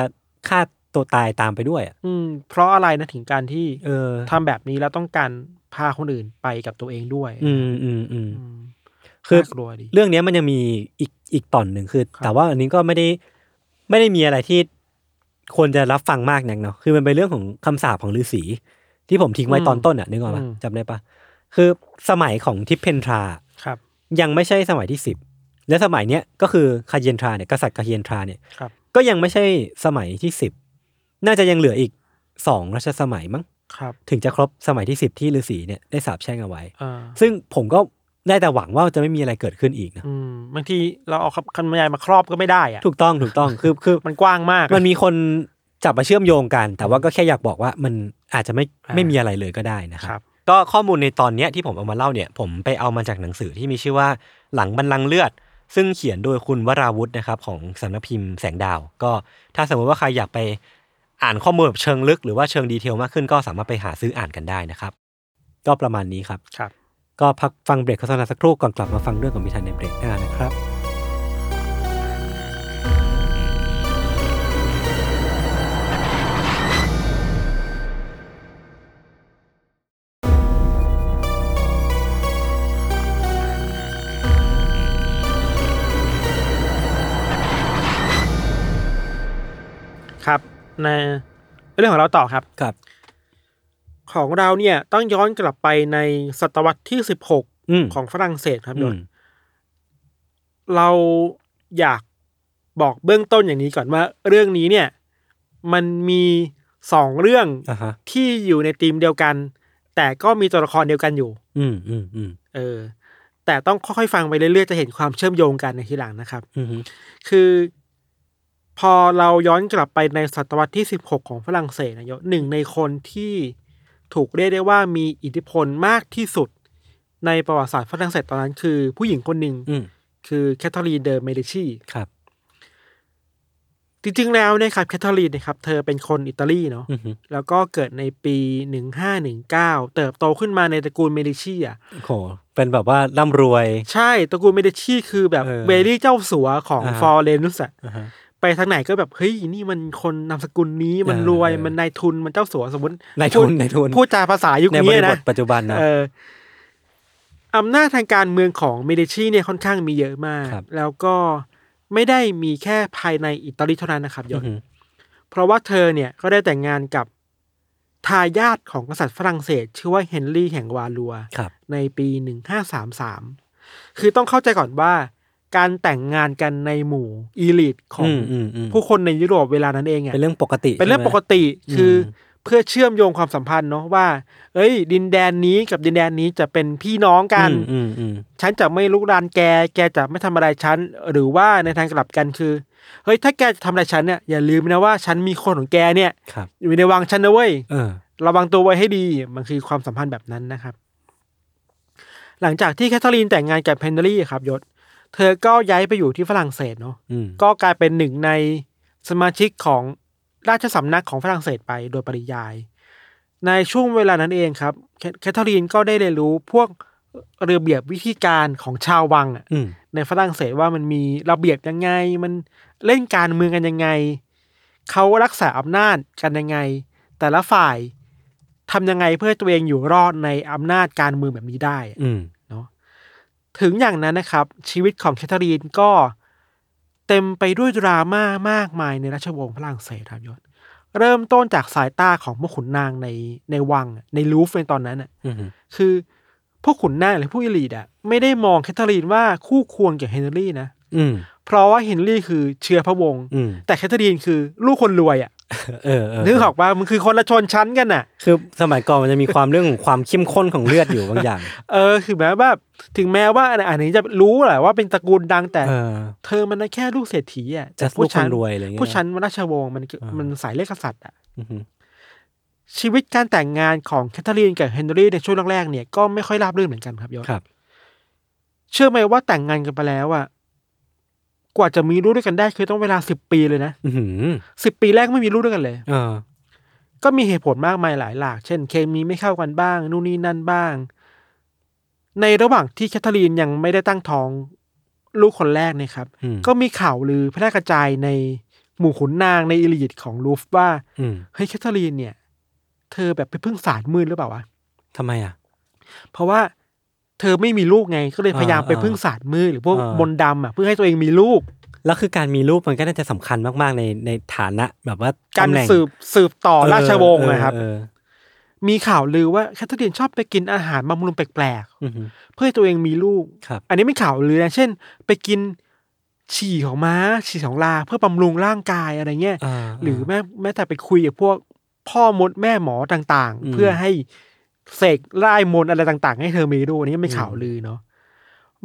Speaker 1: ฆ่าตัวตายตามไปด้วยอะ
Speaker 2: อืมเพราะอะไรนะถึงการที่
Speaker 1: เออ
Speaker 2: ทำแบบนี้แล้วต้องการพาคนอื่นไปกับตัวเองด้วย
Speaker 1: อืมอืมอืม
Speaker 2: อืม
Speaker 1: คือ
Speaker 2: น่ากลัวดี
Speaker 1: เรื่องเนี้ยมันยังมีอีกอีกตอนหนึ่งคือ
Speaker 2: ครับ
Speaker 1: แต่ว่าอันนี้ก็ไม่ได้ไม่ได้มีอะไรที่ควรจะรับฟังมากนักเนาะคือมันเป็นเรื่องของคำสาปของฤาษีที่ผมทิ้งไว้ตอนต้นอ่ะนึกออกปะจำได้ปะคือสมัยของทิพเพนทรา
Speaker 2: ครับ
Speaker 1: ยังไม่ใช่สมัยที่สิบและสมัยเนี้ยก็คือคาเยนทราเนี่ยกษัตริย์คาเยนทราเนี่ย
Speaker 2: ครับ
Speaker 1: ก็ยังไม่ใช่สมัยที่สิบน่าจะยังเหลืออีกสองรัชสมัยมั้ง
Speaker 2: ครับ
Speaker 1: ถึงจะครบสมัยที่สิบที่ฤาษีเนี่ยได้สาปแช่งเอาไว้
Speaker 2: อ่า
Speaker 1: ซึ่งผมก็ได้แต่หวังว่าจะไม่มีอะไรเกิดขึ้นอีกนะ
Speaker 2: อืมบางทีเราเอาคำคำบรรยายมาครอบก็ไม่ได้อะ
Speaker 1: ถูกต้องถูกต้องคือคือ
Speaker 2: มันกว้างมากอะ
Speaker 1: มันมีคนจับมาเชื่อมโยงกัน แต่ว่าก็แค่อยากบอกว่ามันอาจจะไม่
Speaker 2: อ่า
Speaker 1: ไม่มีอะไรเลยก็ได้นะค
Speaker 2: ครับ รับ
Speaker 1: ก็ข้อมูลในตอนเนี้ยที่ผมเอามาเล่าเนี่ย ผมไปเอามาจากหนังสือที่มีชื่อว่าหลังบันลังก์เลือด ซึ่งเขียนโดยคุณวราวุฒินะครับ ของสำนักพิมพ์แสงดาว ก็ถ้าสมมติว่าใครอยากไปอ่านข้อมูลแบบเชิงลึก หรือว่าเชิงดีเทลมากขึ้นก็สามารถไปหาซื้ออ่านกันได้นะครับ ก็ประมาณนี้ครับ
Speaker 2: ครับ
Speaker 1: ก็พักฟังเบรกโฆษณาสักครู่ก่อนกลับมาฟังเรื่องของมิทันในเบรกหน้านะครับ
Speaker 2: ครับในเรื่องของเราต่อครับ
Speaker 1: ครับ
Speaker 2: ของเราเนี่ยต้องย้อนกลับไปในศตวรรษที่สิบหก
Speaker 1: อืม
Speaker 2: ของฝรั่งเศสครับ
Speaker 1: อื
Speaker 2: โด
Speaker 1: ม
Speaker 2: น เราอยากบอกเบื้องต้นอย่างนี้ก่อนว่าเรื่องนี้เนี่ย มันมีสองเรื่อง
Speaker 1: อ่าฮะ
Speaker 2: ที่อยู่ในธีมเดียวกัน แต่ก็มีตัวละครเดียวกันอยู่
Speaker 1: อืมอืมอืม
Speaker 2: เออ แต่ต้องค่อยๆฟังไปเรื่อยๆจะเห็นความเชื่อมโยงกันในทีหลังนะครับ
Speaker 1: อืม
Speaker 2: คือ พอเราย้อนกลับไปในศตวรรษที่ 16 ของฝรั่งเศสนะโยหนึ่งในคนที่ถูกเรียกได้ว่ามีอิทธิพลมากที่สุด ในประวัติศาสตร์ฝรั่งเศสตอนนั้นคือผู้หญิงคนหนึ่ง
Speaker 1: อืม
Speaker 2: คือแคทเธอรีนเดอเมดิชี
Speaker 1: ครับ
Speaker 2: จริงๆ แล้วเนะครับแคทเธอรีนนะครับเธอเป็นคนอิตาลีเนาะ
Speaker 1: อือหือ
Speaker 2: แล้วก็เกิดในปี 1519 เติบโตขึ้นมาในตระกูลเมดิชีอ่ะ
Speaker 1: โอ้โหเป็นแบบว่าร่ำรวย
Speaker 2: ใช่ตระกูลเมดิชีคือแบบ
Speaker 1: เออ
Speaker 2: เวลี่เจ้าสัวของ
Speaker 1: อ่า
Speaker 2: ฟลอเรนซ์อะ
Speaker 1: อ่าฮะ
Speaker 2: ไปทางไหนก็แบบเฮ้ยนี่มันคนนามสกุลนี้มัน
Speaker 1: เออ
Speaker 2: รวย
Speaker 1: เออ
Speaker 2: มันนายทุนมันเจ้าสัวสมมติ
Speaker 1: ในทุน
Speaker 2: พูด
Speaker 1: ในทุน
Speaker 2: พูดจาภาษายุค
Speaker 1: ในบ
Speaker 2: นี้
Speaker 1: ริบ
Speaker 2: นะ
Speaker 1: ทปัจจุบันนะ
Speaker 2: เอออำนาจทางการเมืองของเมดิชีเนี่ยค่อนข้างมีเยอะมาก
Speaker 1: ครับ
Speaker 2: แล้วก็ไม่ได้มีแค่ภายในอิตาลีเท่านั้นนะครับย
Speaker 1: อือ
Speaker 2: ศ
Speaker 1: หือ
Speaker 2: เพราะว่าเธอเนี่ยก็ได้แต่งงานกับทายาทของกษัตริย์ฝรั่งเศส ชื่อว่าเฮนรี่แห่งวาลัว
Speaker 1: ครับ
Speaker 2: ในปี 1533 คือต้องเข้าใจก่อนว่าการแต่งงานกันในหมู่อีลิทของ
Speaker 1: อืมอืมอืม
Speaker 2: ผู้คนในยุโรปเวลานั้นเองอะ
Speaker 1: เป็นเรื่องปกติ
Speaker 2: เป็นเรื่อง
Speaker 1: ใช่
Speaker 2: ป
Speaker 1: ไหม
Speaker 2: กติ
Speaker 1: อืม
Speaker 2: คือเพื่อเชื่อมโยงความสัมพันธ์เนาะว่า เอ้ย ดินแดนนี้กับดินแดนนี้จะเป็นพี่น้องกัน
Speaker 1: อืมอืมอืม
Speaker 2: ฉันจะไม่ลุกรานแก แกจะไม่ทำอะไรฉัน หรือว่าในทางกลับกันคือ เฮ้ย ถ้าแกจะทำอะไรฉันเนี่ย อย่าลืมนะว่าฉันมีคนของแกเนี่ย
Speaker 1: ครับ
Speaker 2: อยู่ในวังฉันนะเว้ย
Speaker 1: เออ
Speaker 2: ระวังตัวไว้ให้ดี มันคือความสัมพันธ์แบบนั้นนะครับ หลังจากที่แคทเธอรีนแต่งงานกับเพนเดอรี่ครับยศ เธอก็ย้ายไปอยู่ที่ฝรั่งเศสเนาะ
Speaker 1: อืม
Speaker 2: ก็กลายเป็นหนึ่งในสมาชิกของราชสำนักของฝรั่งเศสไปโดยปริยาย ในช่วงเวลานั้นเองครับแคแคทเธอรีนก็ได้เรียนรู้พวกระเบียบวิธีการของชาววังอะ
Speaker 1: อืม
Speaker 2: ในฝรั่งเศสว่ามันมีระเบียบยังไง มันเล่นการเมืองกันยังไง เขารักษาอำนาจกันยังไง แต่ละฝ่ายทำยังไงเพื่อตัวเองอยู่รอดในอำนาจการเมืองแบบนี้ได้อะ
Speaker 1: อืม
Speaker 2: เนาะถึงอย่างนั้นนะครับ ชีวิตของแคทเธอรีนก็เต็มไปด้วยดราม่ามากมายในราชวงศ์ฝรั่งเศสครับยศเริ่มต้นจากสายตาของพวกขุนนางในในวังอะในลูฟในตอนนั้นอ่ะ
Speaker 1: อืม
Speaker 2: คือพวกขุนนางหรือผู้อิลีดอ่ะไม่ได้มองแคทเธอรีนว่าคู่ควรกับเฮนรี่นะ
Speaker 1: อืม
Speaker 2: เพราะว่าเฮนรี่คือเชื้อพระวงศ์
Speaker 1: อืม
Speaker 2: แต่แคทเธอรีนคือลูกคนรวยอ่ะ
Speaker 1: เออเออ
Speaker 2: นึกออกว่ามันคือคนละชนชั้นกันอ่ะ
Speaker 1: คือสมัยก่อนมันจะมีความเรื่องของความเข้มข้นของเลือดอยู่บางอย่าง
Speaker 2: เออคือแม้ว่าถึงแม้ว่าอันนี้จะรู้แหละว่าเป็นตระกูลดังแต่
Speaker 1: เออ
Speaker 2: เธอมันแค่ลูกเศรษฐีอ่ะ
Speaker 1: จะ
Speaker 2: แต่ผู้ชัน
Speaker 1: ลูกคนรวยอะไรเงี้ย
Speaker 2: ผู้ชันวรรณราชวงศ์มันคือ
Speaker 1: อ่ามั
Speaker 2: มันสายเลขกษัตริย์อ่ะ
Speaker 1: อือหือ
Speaker 2: ชีวิตการแต่งงานของแคทเธอรีนกับเฮนรี่ในช่วงแรกๆเนี่ยก็ไม่ค่อยราบรื่นเหมือนกันครับยศ
Speaker 1: ครับ
Speaker 2: เชื่อไหมว่าแต่งงานกันไปแล้วอ่ะกว่าจะมีลูกด้วยกันได้คือต้องเวลาสิบปีเลยนะ
Speaker 1: อือหือ
Speaker 2: สิบปีแรกไม่มีลูกด้วยกันเลย
Speaker 1: เออ
Speaker 2: ก็มีเหตุผลมากมายหลายหลาก เช่น เคมีไม่เข้ากันบ้าง นู่นนี่นั่นบ้าง ในระหว่างที่แคทเธอรีนยังไม่ได้ตั้งท้องลูกคนแรกเนะครับ
Speaker 1: อืม
Speaker 2: ก็มีข่าวลือแพร่กระจายในหมู่ขุนนางในอิลิทของลูฟว่า
Speaker 1: อืม
Speaker 2: เฮ้ยแคทเธอรีนเนี่ย เธอแบบไปพึ่งศาสตร์มืดหรือเปล่าวะ
Speaker 1: ทำไมอ่ะ
Speaker 2: เพราะว่าเธอไม่มีลูกไง ก็เลยพยายาม
Speaker 1: อ่า
Speaker 2: ไปพึ่งศาสตร์มืดหรือพวก
Speaker 1: อ่าม
Speaker 2: มนต์ดำอ่ะเพื่อให้ตัวเองมีลูก
Speaker 1: แล้วคือการมีลูกมันก็น่าจะสำคัญมากๆในในฐานะแบบว่า
Speaker 2: การ
Speaker 1: ตำแหน่ง
Speaker 2: สืบสืบต่อ
Speaker 1: เออ
Speaker 2: ราชวงศ์นะครับ
Speaker 1: เออ
Speaker 2: มีข่าวลือว่าแคทเธอรีนชอบไปกินอาหารบำรุงแปลก
Speaker 1: เอออือหือ
Speaker 2: ๆเพื่อให้ตัวเองมีลูก
Speaker 1: ครับ
Speaker 2: อันนี้ไม่ข่าวลือนะเช่น ไปกินฉี่ของม้าฉี่ของลาเพื่อบำรุงร่างกายอะไรเงี้ย
Speaker 1: อ่า
Speaker 2: หรือ
Speaker 1: เ
Speaker 2: แม้แม้แต่ไปคุยกับพวกพ่อมดแม่หมอต่าง
Speaker 1: อืม
Speaker 2: ๆ เพื่อให้เสกไล่มนต์อะไรต่าง ๆ ให้เธอมีดูกอันนี้ไม่ข่าวลือเนาะ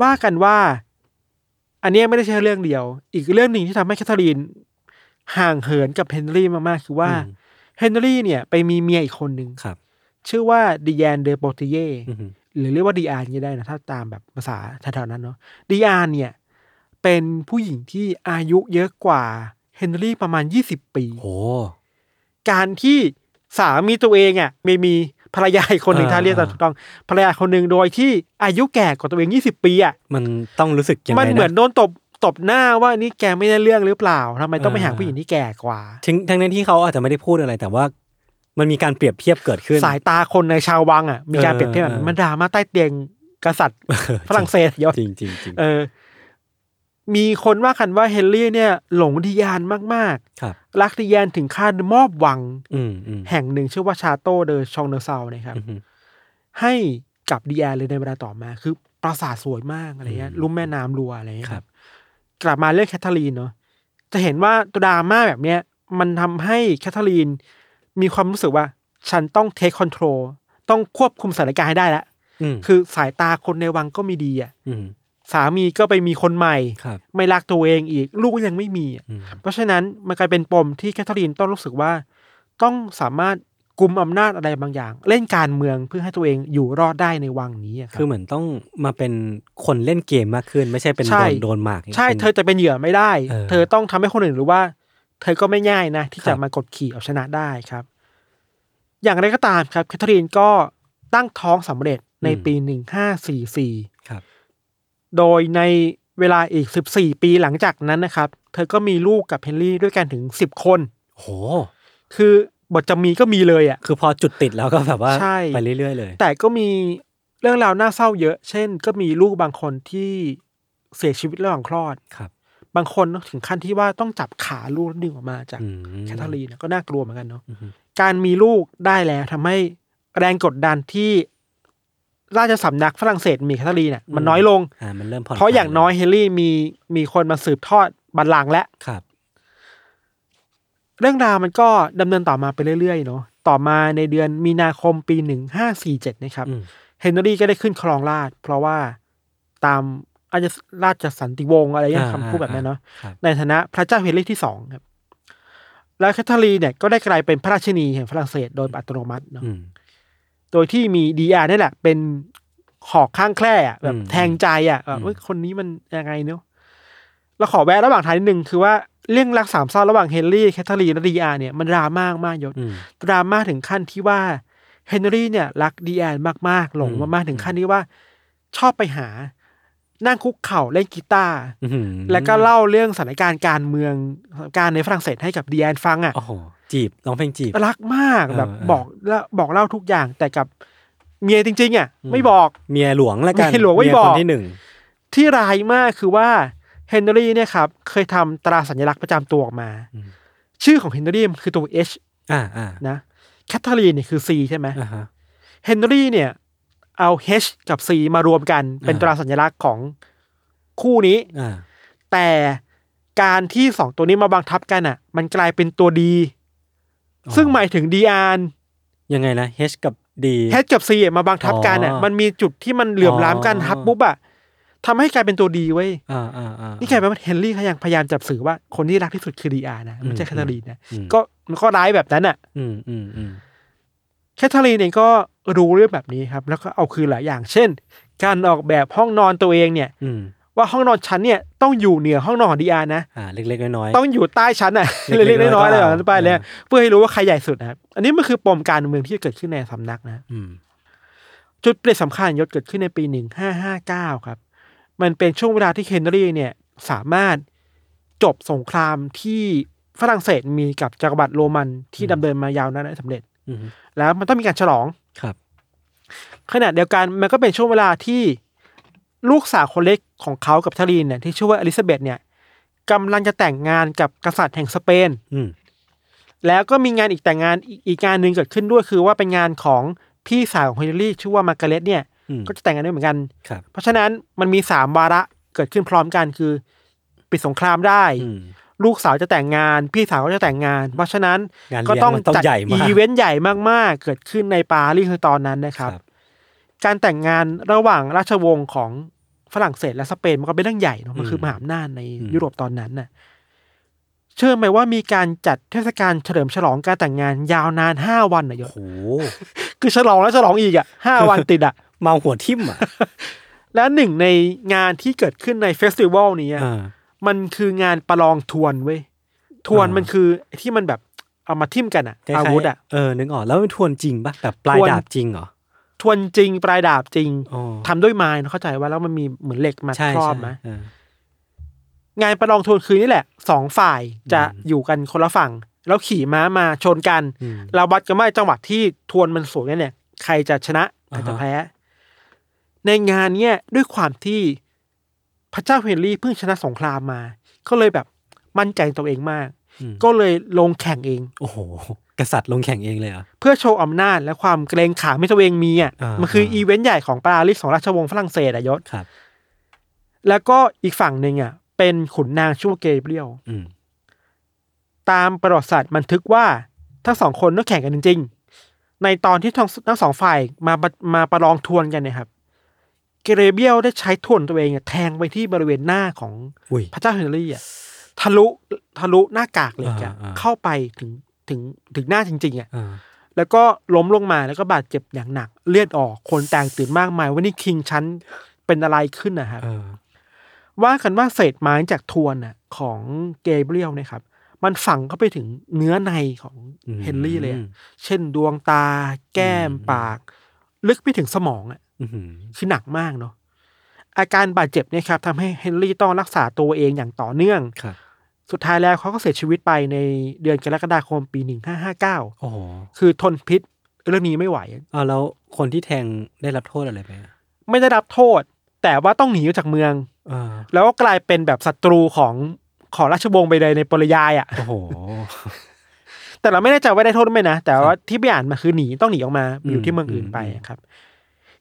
Speaker 2: ว่ากันว่า อันเนี้ยไม่ได้ใช่เรื่องเดียว อีกเรื่องหนึ่งที่ทำให้แคทเธอรีนห่างเหินกับเฮนรี่มากๆ คือว่า
Speaker 1: อืม
Speaker 2: เฮนรี่เนี่ย ไปมีเมียอีกคนหนึ่ง
Speaker 1: ครับ
Speaker 2: ชื่อว่าดิแอนเดอโปติเย
Speaker 1: อือหือ
Speaker 2: หรือเรียกว่าดีอาร์ก็ได้นะถ้าตามแบบภาษาแถวๆนั้นเนาะดีอาร์เนี่ย เป็นผู้หญิงที่อายุเยอะกว่าเฮนรี่ประมาณยี่สิบปี
Speaker 1: โห
Speaker 2: การที่สามีตัวเองอ่ะไม่มีภรรยาอีกคนหนึ่ง
Speaker 1: อ่า
Speaker 2: ถ้าเรียกตามถูกต้องภรรยาคนหนึ่งโดยที่อายุแก่กว่าตัวเองยี่สิบปีอ่ะ
Speaker 1: มันต้องรู้สึกยังไง
Speaker 2: มันเหมือนะ โดนตบตบหน้าว่านี่แกไม่ได้เรื่องหรือเปล่าทำไมต้องไปหา
Speaker 1: อ่า
Speaker 2: ผู้หญิงที่แก่กว่า
Speaker 1: ทั้งทั้งนั้นที่เขาอาจจะไม่ได้พูดอะไร แต่ว่ามันมีการเปรียบเทียบเกิดขึ้น
Speaker 2: สายตาคนในชาววังอ่ะมีการเปรียบเทียบแบบนั้น
Speaker 1: เออ
Speaker 2: มันดราม่าใต้เตียงกษัตริย์ฝรั่งเศสยศ
Speaker 1: จริงจริงจริง
Speaker 2: เออ มีคนว่ากันว่าเฮนรี่เนี่ย หลงดิยานมาก
Speaker 1: ครับ
Speaker 2: ๆ รักดิยานถึงขั้นมอบวัง
Speaker 1: อืมอืม
Speaker 2: แห่งหนึ่งชื่อว่าชาโตเดอชองเนอร์เซานะครับ
Speaker 1: อือหือ
Speaker 2: ให้กับดิยานเลยในเวลาต่อมา คือปราสาทสวยมากอะไรเงี้ย
Speaker 1: อืม
Speaker 2: ลุ่มแม่น้ำรัวอะไรเงี้ย
Speaker 1: ค
Speaker 2: ค
Speaker 1: รั
Speaker 2: รับ บ กลับมาเรื่องแคทเธอรีนเนาะจะเห็นว่าดราม่าแบบเนี้ย มันทำให้แคทเธอรีน มีความรู้สึกว่า ฉันต้องเทคคอนโทรลต้องควบคุมสถานการณ์ให้ได้ละ
Speaker 1: อืม
Speaker 2: คือสายตาคนในวังก็ไมีดีอ่ะ
Speaker 1: อืม
Speaker 2: สามีก็ไปมีคนใหม่
Speaker 1: ครับ
Speaker 2: ไม่รักตัวเองอีก ลูกก็ยังไม่มีอะ
Speaker 1: อืม
Speaker 2: เพราะฉะนั้นมันกลายเป็นปมที่แคทเธอรีนต้องรู้สึกว่า ต้องสามารถกุมอำนาจอะไรบางอย่าง เล่นการเมืองเพื่อให้ตัวเองอยู่รอดได้ในวังนี้อะครับ
Speaker 1: คือเหมือนต้องมาเป็นคนเล่นเกมมากขึ้น ไม่ใช่เป็น
Speaker 2: ใช่
Speaker 1: โดนโดนหมาก
Speaker 2: ใช่
Speaker 1: ป็น
Speaker 2: เธอจะเป็นเหยื่อไม่ได้
Speaker 1: เออ
Speaker 2: เธอต้องทำให้คนอื่นรู้ว่า เธอก็ไม่ง่ายนะ ที่
Speaker 1: ครั
Speaker 2: จะ
Speaker 1: บ
Speaker 2: มากดขี่เอาชนะได้ครับ อย่างไรก็ตามครับแคทเธอรีนก็ตั้งท้องสำเร็จในปี 1544
Speaker 1: ครับ
Speaker 2: โดยในเวลาอีก 14 ปีหลังจากนั้นนะครับ เธอก็มีลูกกับเฮนรี่ด้วยกันถึง 10 คน
Speaker 1: โห
Speaker 2: คือบทจะมีก็มีเลยอ่ะ
Speaker 1: คือพอจุดติดแล้วก็แบบว่า
Speaker 2: ใช่
Speaker 1: ไปเรื่อยๆ เลย
Speaker 2: แต่ก็มีเรื่องราวน่าเศร้าเยอะ เช่น ก็มีลูกบางคนที่เสียชีวิตระหว่างคลอด
Speaker 1: ครับ
Speaker 2: บางคนถึงขั้นที่ว่าต้องจับขาลูกแล้วดึงออกมาจาก
Speaker 1: อืม
Speaker 2: แคทเธอรีนเนี่ยก็น่ากลัวเหมือนกันเนาะ
Speaker 1: อือฮึ
Speaker 2: การมีลูกได้แล้วทำให้แรงกดดันที่ราชสำนักฝรั่งเศสมีแคทเธอรีนเนี่ยมันน้อยลง
Speaker 1: อ่ามันเริ่มผ่อน
Speaker 2: เพราะอย่าง
Speaker 1: คล
Speaker 2: น้อยเฮนรี่มีมีคนมาสืบทอดบัลลังก์และ
Speaker 1: ครับ
Speaker 2: เรื่องราวมันก็ดำเนินต่อมาไปเรื่อยๆเนาะต่อมาในเดือนมีนาคมปีหนึ่งห้าสี่เจ็ดนะครับ
Speaker 1: อืม
Speaker 2: เฮนรี่ก็ได้ขึ้นครองราชย์เพราะว่าตามราชราชสันติวงศ์อะไรอย่างเงี้ยคำพูดแบบนั้นเนาะ
Speaker 1: ครับ
Speaker 2: ในฐานะพระเจ้าเฮนรี่ที่สองครับ แล้วแคทเธอรีนเนี่ยก็ได้กลายเป็นพระราชินีแห่งฝรั่งเศสโดยอัตโนมัติเนาะ
Speaker 1: อืม
Speaker 2: โดยที่มีดีอาร์นี่แหละ เป็นหอกข้างแคร่อะแบบ
Speaker 1: อืม
Speaker 2: แทงใจอ่ะแบบ
Speaker 1: อืม
Speaker 2: เอ้ยคนนี้มันยังไงเนาะเราขอแวะระหว่างทางนิดนึงคือว่าเรื่องรักสามเศร้าระหว่างเฮนรี่แคทเธอรีนและดีอาร์เนี่ยมันดราม่ามากยศ
Speaker 1: อืม
Speaker 2: ดราม่าถึงขั้นที่ว่าเฮนรี่เนี่ยรักดีอาร์มากๆหลง
Speaker 1: อืม
Speaker 2: มากๆถึงขั้นที่ว่า ชอบไปหา นั่งคุกเข่าเล่นกีตาร์
Speaker 1: อื้อหือ
Speaker 2: แล้วก็เล่าเรื่องสถานการณ์การเมืองสถานการณ์ในฝรั่งเศสให้กับดีแอนฟังอ่ะ
Speaker 1: โอ้โหจีบร้องเพลงจีบ
Speaker 2: รักมาก
Speaker 1: เออ
Speaker 2: แบบ
Speaker 1: เออ
Speaker 2: บอกเล่าบอกเล่าทุกอย่างแต่กับเมียจริง ๆ อ่ะ
Speaker 1: อืม
Speaker 2: ไม่บอก
Speaker 1: เมียหลวงแล้วกัน
Speaker 2: เมียหลวงไม่บอก
Speaker 1: เยคนที่หนึ่ง
Speaker 2: ที่ร้ายมากคือว่าเฮนรี่เนี่ยครับ เคยทำตราสัญลักษณ์ประจำตัวออกมา ชื่อของเฮนรี่มันคือตัว H
Speaker 1: อ่าอ่า
Speaker 2: นะแคทเธอรีนเนี่ยคือ C ใช่ไหม
Speaker 1: อ่าฮะ
Speaker 2: เฮนรี่เนี่ย เอา H กับ C มารวมกันเป็น
Speaker 1: อ่า
Speaker 2: ตราสัญลักษณ์ของคู่นี้
Speaker 1: อ่า
Speaker 2: แต่การที่สองตัวนี้มาบังทับกันอ่ะ มันกลายเป็นตัวดี ซึ่งหมายถึงดีอาน
Speaker 1: ยังไงนะ H กับ D
Speaker 2: เฮดกับซีมาบังทับกันอ่ะ
Speaker 1: อ๋อ
Speaker 2: มันมีจุดที่มันเหลื่อมล้ำกัน
Speaker 1: อ๋อ
Speaker 2: ทับปุ๊บอ่ะทำให้กลายเป็นตัวดีเว้ย
Speaker 1: อ่าอ่าอ่านี่
Speaker 2: นี่กลายเป็นว่าเฮนรี่เขายังพยายามจับสื่อว่าคนที่รักที่สุดคือดีอานะไม่ใช่
Speaker 1: อืม
Speaker 2: แคทเธอรีนนะ
Speaker 1: อืม
Speaker 2: ก็มันก็ร้ายแบบนั้นอ่ะ
Speaker 1: อืมอืมอืม
Speaker 2: แคทเธอรีนเองก็รู้เรื่องแบบนี้ครับ แล้วก็เอาคืนหลายอย่าง เช่น การออกแบบห้องนอนตัวเองเนี่ย
Speaker 1: อืม
Speaker 2: ว่าห้องนอนชั้นเนี่ยต้องอยู่เหนือห้องนอนของดีอานะ
Speaker 1: อ่าเล็กๆน้อย
Speaker 2: ต้องอยู่ใต้ชั้นอ่ะ
Speaker 1: เล็กๆ
Speaker 2: เล็กๆน้อยๆ
Speaker 1: น้อยๆ
Speaker 2: เลยแบบนั้นไปเลย
Speaker 1: อ่า
Speaker 2: เพื่อให้รู้ว่าใครใหญ่สุดนะครับอันนี้มันคือปมการเมืองที่เกิดขึ้นในสำนักนะ
Speaker 1: ๆอืม
Speaker 2: จุดเปลี่ยนสำคัญยศเกิดขึ้นในปี 1559 ครับ มันเป็นช่วงเวลาที่เฮนรี่เนี่ยสามารถจบสงครามที่ฝรั่งเศสมีกับจักรวรรดิโรมันที่ดำเนินมายาวนานได้สำเร็จ
Speaker 1: อืม
Speaker 2: แล้วมันต้องมีการฉลอง
Speaker 1: ครับ
Speaker 2: ขณะเดียวกันมันก็เป็นช่วงเวลาที่ลูกสาวคนเล็กของเขากับทารีนเนี่ยที่ชื่อว่าอลิซาเบธเนี่ยกำลังจะแต่งงานกับกษัตริย์แห่งสเปน
Speaker 1: อืม
Speaker 2: แล้วก็มีงานอีกแต่งงานอีกอีกงานหนึ่งเกิดขึ้นด้วยคือว่าเป็นงานของพี่สาวของเฮนรี่ชื่อว่ามาร์กาเร็ตเนี่ย
Speaker 1: อืม
Speaker 2: ก็จะแต่งงานด้วยเหมือนกัน
Speaker 1: ครับ
Speaker 2: เพราะฉะนั้นมันมีสามวาระเกิดขึ้นพร้อมกันคือ ปิดสงครามได้
Speaker 1: อืม
Speaker 2: ลูกสาวจะแต่งงาน พี่สาวก็จะแต่งงาน เพราะฉะนั้น
Speaker 1: งานเลี้
Speaker 2: ก็
Speaker 1: ยงมันต้อง
Speaker 2: จัด
Speaker 1: ใหญ่มาก
Speaker 2: อีเวนต์ใหญ่มากๆ เกิดขึ้นในปารีสในตอนนั้นนะครับ การแต่งงานระหว่างราชวงศ์ของฝรั่งเศสและสเปนมันก็เป็นเรื่องใหญ่เนอะมันคือ
Speaker 1: อื
Speaker 2: ม
Speaker 1: ม
Speaker 2: หาอำนาจใน
Speaker 1: อืม
Speaker 2: ยุโรปตอนนั้นน่ะ เชื่อไหมว่ามีการจัดเทศกาลเฉลิมฉลองการแต่งงานยาวนานห้าวันนะยศ
Speaker 1: โอ้โห
Speaker 2: คือฉลองแล้วฉลองอีกอ่ะห้า วันติดอ่ะ
Speaker 1: เมาหัวทิ่มอ่ะ
Speaker 2: และหนึ่งในงานที่เกิดขึ้นในเฟสติวัลนี้อะ
Speaker 1: อ่า
Speaker 2: มันคืองานประลองทวนเว้ยทวน
Speaker 1: อ่ามั
Speaker 2: มันคือที่มันแบบเอามาทิ่มกันอ่ะ
Speaker 1: คล้ยๆ
Speaker 2: อาวุธอ่ะ
Speaker 1: เออนึกออกแล้วมันทวนจริงปะแบบปลาย
Speaker 2: ทวน
Speaker 1: ดาบจริงเหรอ
Speaker 2: ทวนจริงปลายดาบจริง
Speaker 1: อ๋อ
Speaker 2: ทำด้วยไม้นะเข้าใจว่าแล้วมันมีเหมือนเหล็กมา
Speaker 1: ใช่
Speaker 2: ครอ
Speaker 1: ใช่
Speaker 2: บไหม
Speaker 1: เออ
Speaker 2: งานประลองทวนคืนนี่แหละสองฝ่ายจะ
Speaker 1: อืม
Speaker 2: อยู่กันคนละฝั่ง แล้วขี่ม้ามาชนกัน
Speaker 1: อืม
Speaker 2: เราวัดกันว่าจังหวะที่ทวนมันสวยเนี่ย ใครจะชนะใคร
Speaker 1: อ่าฮะ
Speaker 2: จะแพ้ ในงานเนี่ยด้วยความที่พระเจ้าเฮนรี่เพิ่งชนะสงครามมา ก็เลยแบบมั่นใจตัวเองมาก
Speaker 1: อืม
Speaker 2: ก็เลยลงแข่งเอง
Speaker 1: โอ้โห กษัตริย์ลงแข่งเองเลยเหรอ่ะ
Speaker 2: เพื่อโชว์อำนาจและความเกรงขามที่ตัวเองมีอ่ะ
Speaker 1: อ่ามั
Speaker 2: มันคืออีเวนต์ใหญ่ของปารีสของราชวงศ์ฝรั่งเศสอะยศ
Speaker 1: ครับ
Speaker 2: แล้วก็อีกฝั่งหนึ่งอ่ะ เป็นขุนนางชื่อว่าเกเบรียล
Speaker 1: อืม
Speaker 2: ตามประวัติศาสตร์บันทึกว่าทั้งสองคนต้องแข่งกันจริง ๆ ในตอนที่ทั้งทั้งสองฝ่ายมามาประลองทวนกันเนี่ยครับ เกเรเบียลได้ใช้ทวนตัวเองอะแทงไปที่บริเวณหน้าของ
Speaker 1: อุ้ย
Speaker 2: พระเจ้าเฮนรี่อะทะลุทะลุหน้ากากเหล็กอะ
Speaker 1: อ่าอ่า
Speaker 2: เข้าไปถึงถึงถึงหน้าจริงๆอะ
Speaker 1: อ่า
Speaker 2: แล้วก็ล้มลงมาแล้วก็บาดเจ็บอย่างหนัก เลือดออกคนแตกตื่นมากมายว่านี่คิงชั้นเป็นอะไรขึ้นนะครับ
Speaker 1: เออ
Speaker 2: ว่ากันว่าเศษไม้จากทวนน่ะของเกเบรียลเนะครับ มันฝังเข้าไปถึงเนื้อในของ
Speaker 1: อืม
Speaker 2: เฮนรี่เลยอะเช่นดวงตา แก้มปาก ลึกไปถึงสมองอ่ะ
Speaker 1: อื้อหือ
Speaker 2: คือหนักมากเนาะอาการบาดเจ็บเนี่ยครับทำให้เฮนรี่ต้องรักษาตัวเองอย่างต่อเนื่อง
Speaker 1: ครับ
Speaker 2: สุดท้ายแล้วเขาก็เสียชีวิตไปในเดือนกรกฎาคมปี 1559
Speaker 1: โอ้โห
Speaker 2: คือทนพิษเรื่องนี้ไม่ไหว
Speaker 1: เอาแล้วคนที่แทงได้รับโทษอะไรไปอ่ะ
Speaker 2: ไม่ได้รับโทษ แต่ว่าต้องหนีออกจากเมือง
Speaker 1: เออ
Speaker 2: แล้วก็กลายเป็นแบบศัตรูของของราชวงศ์ไปเลยในปริยายอะ่ะ
Speaker 1: โอ้โห
Speaker 2: แต่เราไม่แน่ใจว่าได้โทษไหมนะ แต่ว่าที่ไปอ่านมาคือหนีต้องหนีออกมา
Speaker 1: อืม
Speaker 2: อยู่ที่เมืองอื่น
Speaker 1: อืม
Speaker 2: ไปอะครับ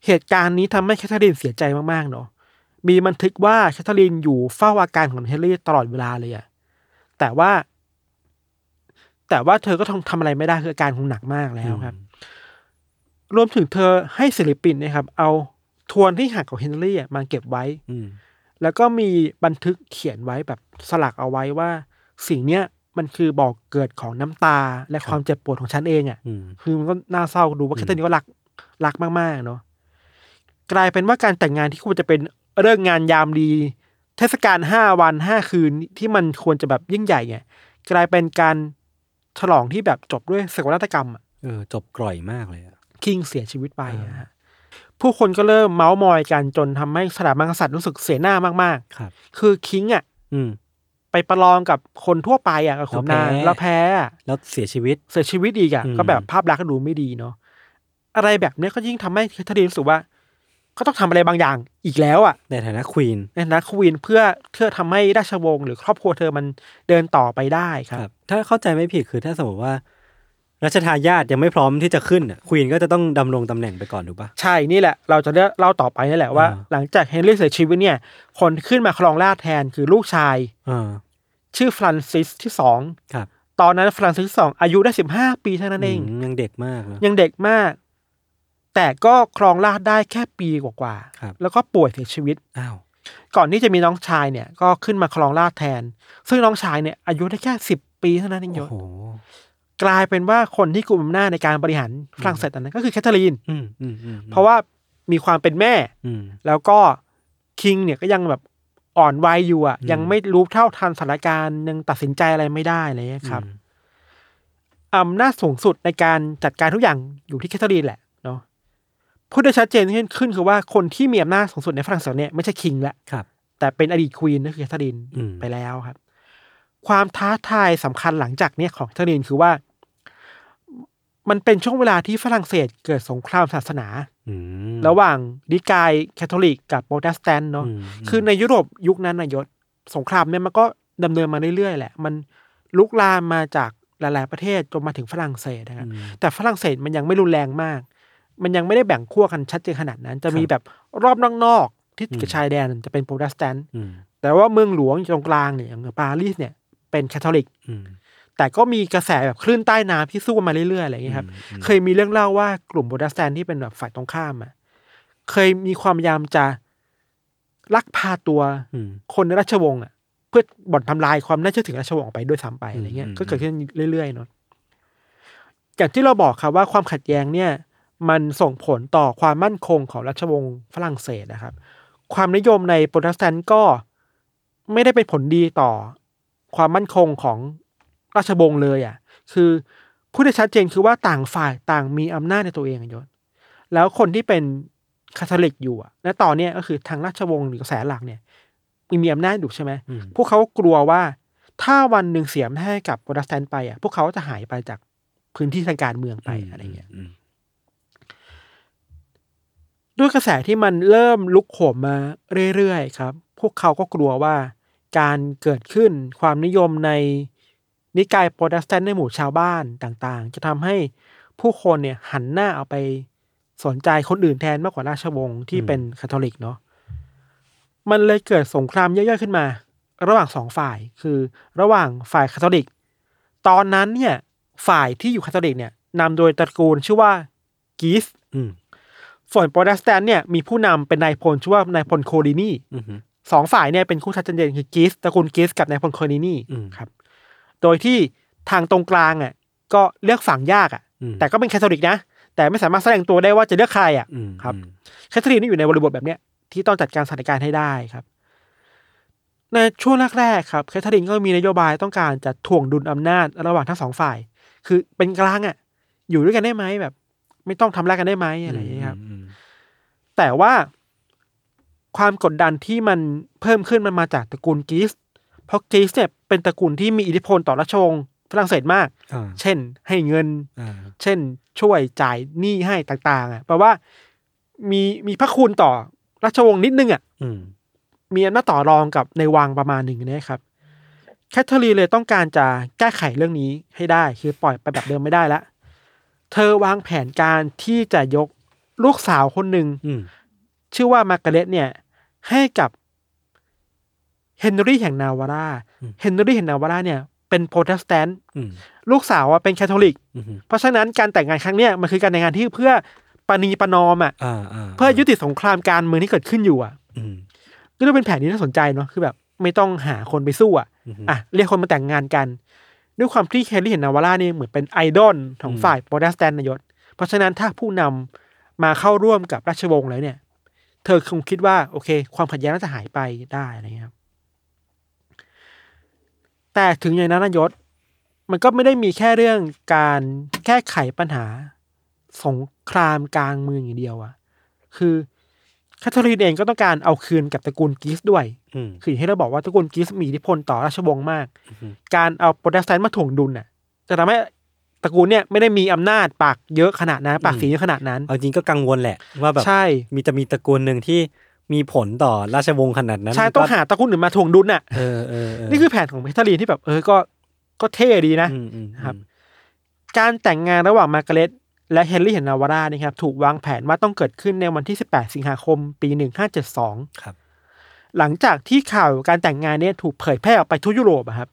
Speaker 2: เหตุการณ์นี้ทำให้แคทเธอรีนเสียใจมากๆเนาะมีบันทึกว่าแคทเธอรีนอยู่เฝ้าอาการของเฮนรี่ตลอดเวลาเลยอะ่ะแต่ว่า แต่ว่าเธอก็ทำทำอะไรไม่ได้คืออาการคงหนักมากแล้วครับ รวมถึงเธอให้ศิลปินนะครับ เอาทวนที่หักของเฮนรี่อะมาเก็บไว้
Speaker 1: อืม
Speaker 2: แล้วก็มีบันทึกเขียนไว้แบบสลักเอาไว้ว่า สิ่งเนี้ยมันคือบอกเกิดของน้ำตาและความเจ็บปวดของฉันเองอะ่ะ
Speaker 1: อืม
Speaker 2: คือมันก็น่าเศร้าดูว่า
Speaker 1: อืม
Speaker 2: แคทเธอรีนก็รักรักมากๆเนาะกลายเป็นว่าการแต่งงานที่ควรจะเป็นเรื่องงานยามดี เทศกาลห้าวันห้าคืนที่มันควรจะแบบยิ่งใหญ่เนี่ยกลายเป็นการฉลองที่แบบจบด้วยสกนาฏกรรมอะ
Speaker 1: เออจบกร่อยมากเลยอ่ะ
Speaker 2: คิงเสียชีวิตไป
Speaker 1: อ่า
Speaker 2: นะฮะผู้คนก็เริ่มเมาส์มอยกันจนทำให้สถาบันกษัตริย์รู้สึกเสียหน้ามาก
Speaker 1: ครับ
Speaker 2: ๆ คือคิงอ่ะ
Speaker 1: อืม
Speaker 2: ไปประลองกับคนทั่วไปอ่ะกับขุนนาง
Speaker 1: แล้
Speaker 2: แล้ว
Speaker 1: วแพ้
Speaker 2: แพ้อะ
Speaker 1: แล้วเสียชีวิต
Speaker 2: เสียชีวิตอีกอ่ะ
Speaker 1: อืม
Speaker 2: ก็แบบภาพลักษณ์ก็ดูไม่ดีเนาะอะไรแบบเนี้ยก็ยิ่งทำให้แคทเธอรีนรู้สึกว่า ก็ต้องทำอะไรบางอย่างอีกแล้วอ่ะ
Speaker 1: ในฐานะควีน
Speaker 2: ในฐานะควีนเพื่อเพื่อทำให้ราชวงศ์หรือครอบครัวเธอมันเดินต่อไปได้ค
Speaker 1: ครับ รับถ้าเข้าใจไม่ผิดคือถ้าสมมติว่ารัชทายาทยังไม่พร้อมที่จะขึ้นควีนก็จะต้องดำรงตำแหน่งไปก่อนถูกปะ
Speaker 2: ใช่ นี่แหละ เราจะเล่าเล่าต่อไปนี่แหละว่า
Speaker 1: อ่า
Speaker 2: หลังจากเฮนรี่เสียชีวิตเนี่ย คนขึ้นมาครองราชย์แทนคือลูกชาย
Speaker 1: อ่า
Speaker 2: ชื่อฟรานซิสที่สอง
Speaker 1: ครับ
Speaker 2: ตอนนั้นฟรานซิสที่สองอายุได้สิบห้าปีเท่านั้นเอง
Speaker 1: มยังเด็กมากเนอะ
Speaker 2: ยังเด็กมาก แต่ก็ครองราชย์ได้แค่ปีกว่า
Speaker 1: ครับ
Speaker 2: ๆแล้วก็ป่วยเสียชีวิต
Speaker 1: อ้าว
Speaker 2: ก่อนที่จะมีน้องชายเนี่ย ก็ขึ้นมาครองราชย์แทน ซึ่งน้องชายเนี่ยอายุได้แค่สิบปีเท่านั้นเองย
Speaker 1: โอ้
Speaker 2: ศ
Speaker 1: โห
Speaker 2: กลายเป็นว่าคนที่กลุ่มอำนาจในการบริหารฝรั่งเศสตอนนั้นก็คือแคทเธอรีน
Speaker 1: อืมอืมอืม
Speaker 2: เพราะว่ามีความเป็นแม่
Speaker 1: อืม
Speaker 2: แล้วก็คิงเนี่ยก็ยังแบบอ่อนวัยอยู่อ่ะ
Speaker 1: อืม
Speaker 2: ยังไม่รู้เท่าทันสถานการณ์ยังตัดสินใจอะไรไม่ได้อะไรเลยครับ
Speaker 1: อืม
Speaker 2: อำนาจสูงสุดในการจัดการทุกอย่างอยู่ที่แคทเธอรีนแหละเนาะพูดได้ชัดเจนขึ้นคือว่าคนที่มีอำนาจสูงสุดในฝรั่งเศสเนี่ยไม่ใช่คิงละ
Speaker 1: ครับ
Speaker 2: แต่เป็นอดีตควีนก็คือแคทเธอรีน
Speaker 1: อืม
Speaker 2: ไปแล้วครับ ความท้าทายสำคัญหลังจากเนี่ยของแคทเธอรีนคือว่า มันเป็นช่วงเวลาที่ฝรั่งเศสเกิดสงครามศาสนา
Speaker 1: อืม
Speaker 2: ระหว่างนิกายแคทอลิกกับโปรเตสแตนต์เนาะ
Speaker 1: อืม
Speaker 2: คือในยุโรปยุคนั้นนายศสงครามเนี่ยมันก็ดำเนินมาเรื่อยๆแหละ มันลุกลามมาจากหลายๆประเทศจนมาถึงฝรั่งเศสนะค
Speaker 1: อื
Speaker 2: รับ
Speaker 1: ม
Speaker 2: แต่ฝรั่งเศสมันยังไม่รุนแรงมาก มันยังไม่ได้แบ่งขั้วกันชัดเจนขนาดนั้น จะมี
Speaker 1: ครับ
Speaker 2: แบบรอบนอกๆที่ติดกับ
Speaker 1: อืม
Speaker 2: ชายแดนจะเป็นโปรเตสแตนต์
Speaker 1: อืม
Speaker 2: แต่ว่าเมืองหลวงอยู่ตรงกลางเนี่ยอย่างปารีสเนี่ยเป็นแคทอลิก
Speaker 1: อืม
Speaker 2: แต่ก็มีกระแสแบบคลื่นใต้น้ำที่สู้กันมาเรื่อยๆอะไรอย่างเงี้ยครับ
Speaker 1: อืม
Speaker 2: เคยมีเรื่องเล่าว่ากลุ่มโปรเตสแตนต์ที่เป็นแบบฝ่ายตรงข้ามอ่ะเคยมีความพยายามจะลักพาตัว
Speaker 1: อืม
Speaker 2: คนในราชวงศ์อ่ะ เพื่อบ่อนทำลายความน่าเชื่อถือของราชวงศ์ออกไปด้วยซ้ำไปอะไรเงี้ย
Speaker 1: อืม
Speaker 2: ก็เกิดขึ้นเรื่อยๆเนาะอย่างที่เราบอกครับว่าความขัดแย้งเนี่ย มันส่งผลต่อความมั่นคงของราชวงศ์ฝรั่งเศสนะครับ ความนิยมในโปรเตสแตนต์ก็ไม่ได้เป็นผลดีต่อความมั่นคงของราชวงศ์เลยอ่ะ คือพูดได้ชัดเจนคือว่าต่างฝ่ายต่างมีอำนาจในตัวเองอะยศแล้วคนที่เป็นคาทอลิกอยู่อ่ะและตอนเนี้ยก็คือทางราชวงศ์หรือกระแสหลักเนี่ยมีมีอำนาจอยู่ใช่ไหม
Speaker 1: อืม
Speaker 2: พวกเขากลัวว่าถ้าวันหนึ่งเสียมให้กับโปรเตสแตนต์ไปอ่ะพวกเขาจะหายไปจากพื้นที่ทางการเมืองไปอะไรเงี้ย
Speaker 1: ม
Speaker 2: ด้วยกระแสที่มันเริ่มลุกโหมมาเรื่อยๆครับ พวกเขาก็กลัวว่าการเกิดขึ้นความนิยมในนิกายโปรเตสแตนต์ในหมู่ชาวบ้านต่างๆ จะทำให้ผู้คนเนี่ยหันหน้าเอาไปสนใจคนอื่นแทนมากกว่าราชวงศ์ที่เป็นคาทอลิกเนาะ มันเลยเกิดสงครามย่อยๆขึ้นมา ระหว่างสองฝ่ายคือระหว่างฝ่ายคาทอลิก ตอนนั้นเนี่ยฝ่ายที่อยู่คาทอลิกเนี่ยนำโดยตระกูลชื่อว่ากีส
Speaker 1: อืม
Speaker 2: ส่วนโปรเตสแตนต์เนี่ยมีผู้นำเป็นนายพลชื่อว่านายพลโคลินี
Speaker 1: อือฮึ
Speaker 2: สองฝ่ายเนี่ยเป็นคู่ชัดเจนคือกิสตระกูลกิสกับนายพลโคลินี
Speaker 1: อืม
Speaker 2: ครับ โดยที่ทางตรงกลางอ่ะก็เลือกฝั่งยากอ่ะ
Speaker 1: อืม
Speaker 2: แต่ก็เป็นแคทอลิกนะ แต่ไม่สามารถแสดงตัวได้ว่าจะเลือกใครอ่ะ
Speaker 1: อืม
Speaker 2: ครับ
Speaker 1: อืม
Speaker 2: แคทเธอรีนนี่อยู่ในบริบทแบบเนี้ยที่ต้องจัดการสถานการณ์ให้ได้ครับ ในช่วงแรกๆครับแคทเธอรีนก็มีนโยบายต้องการจะถ่วงดุลอำนาจระหว่างทั้งสองฝ่าย คือเป็นกลางอะ่ะ อยู่ด้วยกันได้ไหมแบบ ไม่ต้องทำร้ายกันได้ไหมอะไรอย่างเงี้ยครับ
Speaker 1: อืม
Speaker 2: แต่ว่าความกดดันที่มันเพิ่มขึ้นมันมาจากตระกูลกรีซเพราะกรีซเนี่ยเป็นตระกูลที่มีอิทธิพลต่อราชวงศ์ฝรั่งเศสมาก
Speaker 1: อ่า
Speaker 2: เช่น ให้เงิน
Speaker 1: อ่า
Speaker 2: เช่น ช่วยจ่ายหนี้ให้ต่างๆอ่ะแปลว่ามีมีพระคุณต่อราชวงศ์นิดนึงอ่ะ
Speaker 1: อืม
Speaker 2: มีอำนาจต่อรองกับในวังประมาณหนึ่งนะครับแคทเธอรีนเลยต้องการจะแก้ไขเรื่องนี้ให้ได้ คือปล่อยไปแบบเดิมไม่ได้ละเธอวางแผนการที่จะยกลูกสาวคนหนึ่ง
Speaker 1: อืม
Speaker 2: ชื่อว่ามาร์กาเร็ตเนี่ยให้กับเฮนรี่แห่งนาวาร่าเฮนรี่แห่งนาวาร่าเนี่ยเป็นโปรเตสแตนต์
Speaker 1: อืม
Speaker 2: ลูกสาวอ่ะเป็นแคทอลิก
Speaker 1: อืม
Speaker 2: เพราะฉะนั้นการแต่งงานครั้งเนี้ยมันคือการแต่งงานที่เพื่อปณีประนอมอ่ะ
Speaker 1: อ่าอ่า
Speaker 2: เพื่อยุติสงครามการเมืองที่เกิดขึ้นอยู่อ่ะ
Speaker 1: อืม
Speaker 2: ก็เลยเป็นแผนที่น่าสนใจเนาะคือแบบ ไม่ต้องหาคนไปสู้อ่ะ
Speaker 1: ม
Speaker 2: อ่ะเรียกคนมาแต่งงานกัน ด้วยความที่แคลรี่เห็นนาวาร่าเนี่ยเหมือนเป็นไอดอลของ
Speaker 1: อืม
Speaker 2: ฝ่ายโปรเตสแตนต์นายศเพราะฉะนั้นถ้าผู้นำมาเข้าร่วมกับราชวงศ์แล้วเนี่ย เธอคงคิดว่าโอเค ความขัดแย้งน่าจะหายไปได้อะไรเงี้ยครับแต่ถึงอย่างนั้นนายศ มันก็ไม่ได้มีแค่เรื่องการแก้ไขปัญหา สงครามกลางเมืองอย่างเดียวอะคือแคทเธอรีนเองก็ต้องการเอาคืนกับตระกูลกิสด้วย
Speaker 1: อืม
Speaker 2: คืออย่างที่เราบอกว่าตระกูลกิสมีอิทธิพลต่อราชวงศ์มาก
Speaker 1: อือฮึ
Speaker 2: การเอาโปรเตสแตนต์มาถ่วงดุลน่ะ จะทำให้ตระกูลเนี่ยไม่ได้มีอำนาจปากเยอะขนาดนั้น ปากเสียเยอะขนาดนั้น
Speaker 1: เอาจริงก็กังวลแหละ ว่าแบบ
Speaker 2: ใช่
Speaker 1: มีจะมีตระกูลหนึ่งที่มีผลต่อราชวงศ์ขนาดนั้น
Speaker 2: ใช่ต้องหาตระกูลอื่นมาถ่วงดุลน่ะ
Speaker 1: เออเออเ
Speaker 2: นี่คือแผนของแคทเธอรีนที่แบบเออ ก็ก็เท่ดีนะ
Speaker 1: อืมอืม
Speaker 2: ครับ การแต่งงานระหว่างมาร์กาเร็ตและเฮนรี่เห็นนาวาร่านี่ครับถูกวางแผนว่าต้องเกิดขึ้นในวันที่ 18 สิงหาคม ปี 1572
Speaker 1: ครับ
Speaker 2: หลังจากที่ข่าวการแต่งงานเนี่ยถูกเผยแพร่ออกไปทั่วยุโรปอะครับ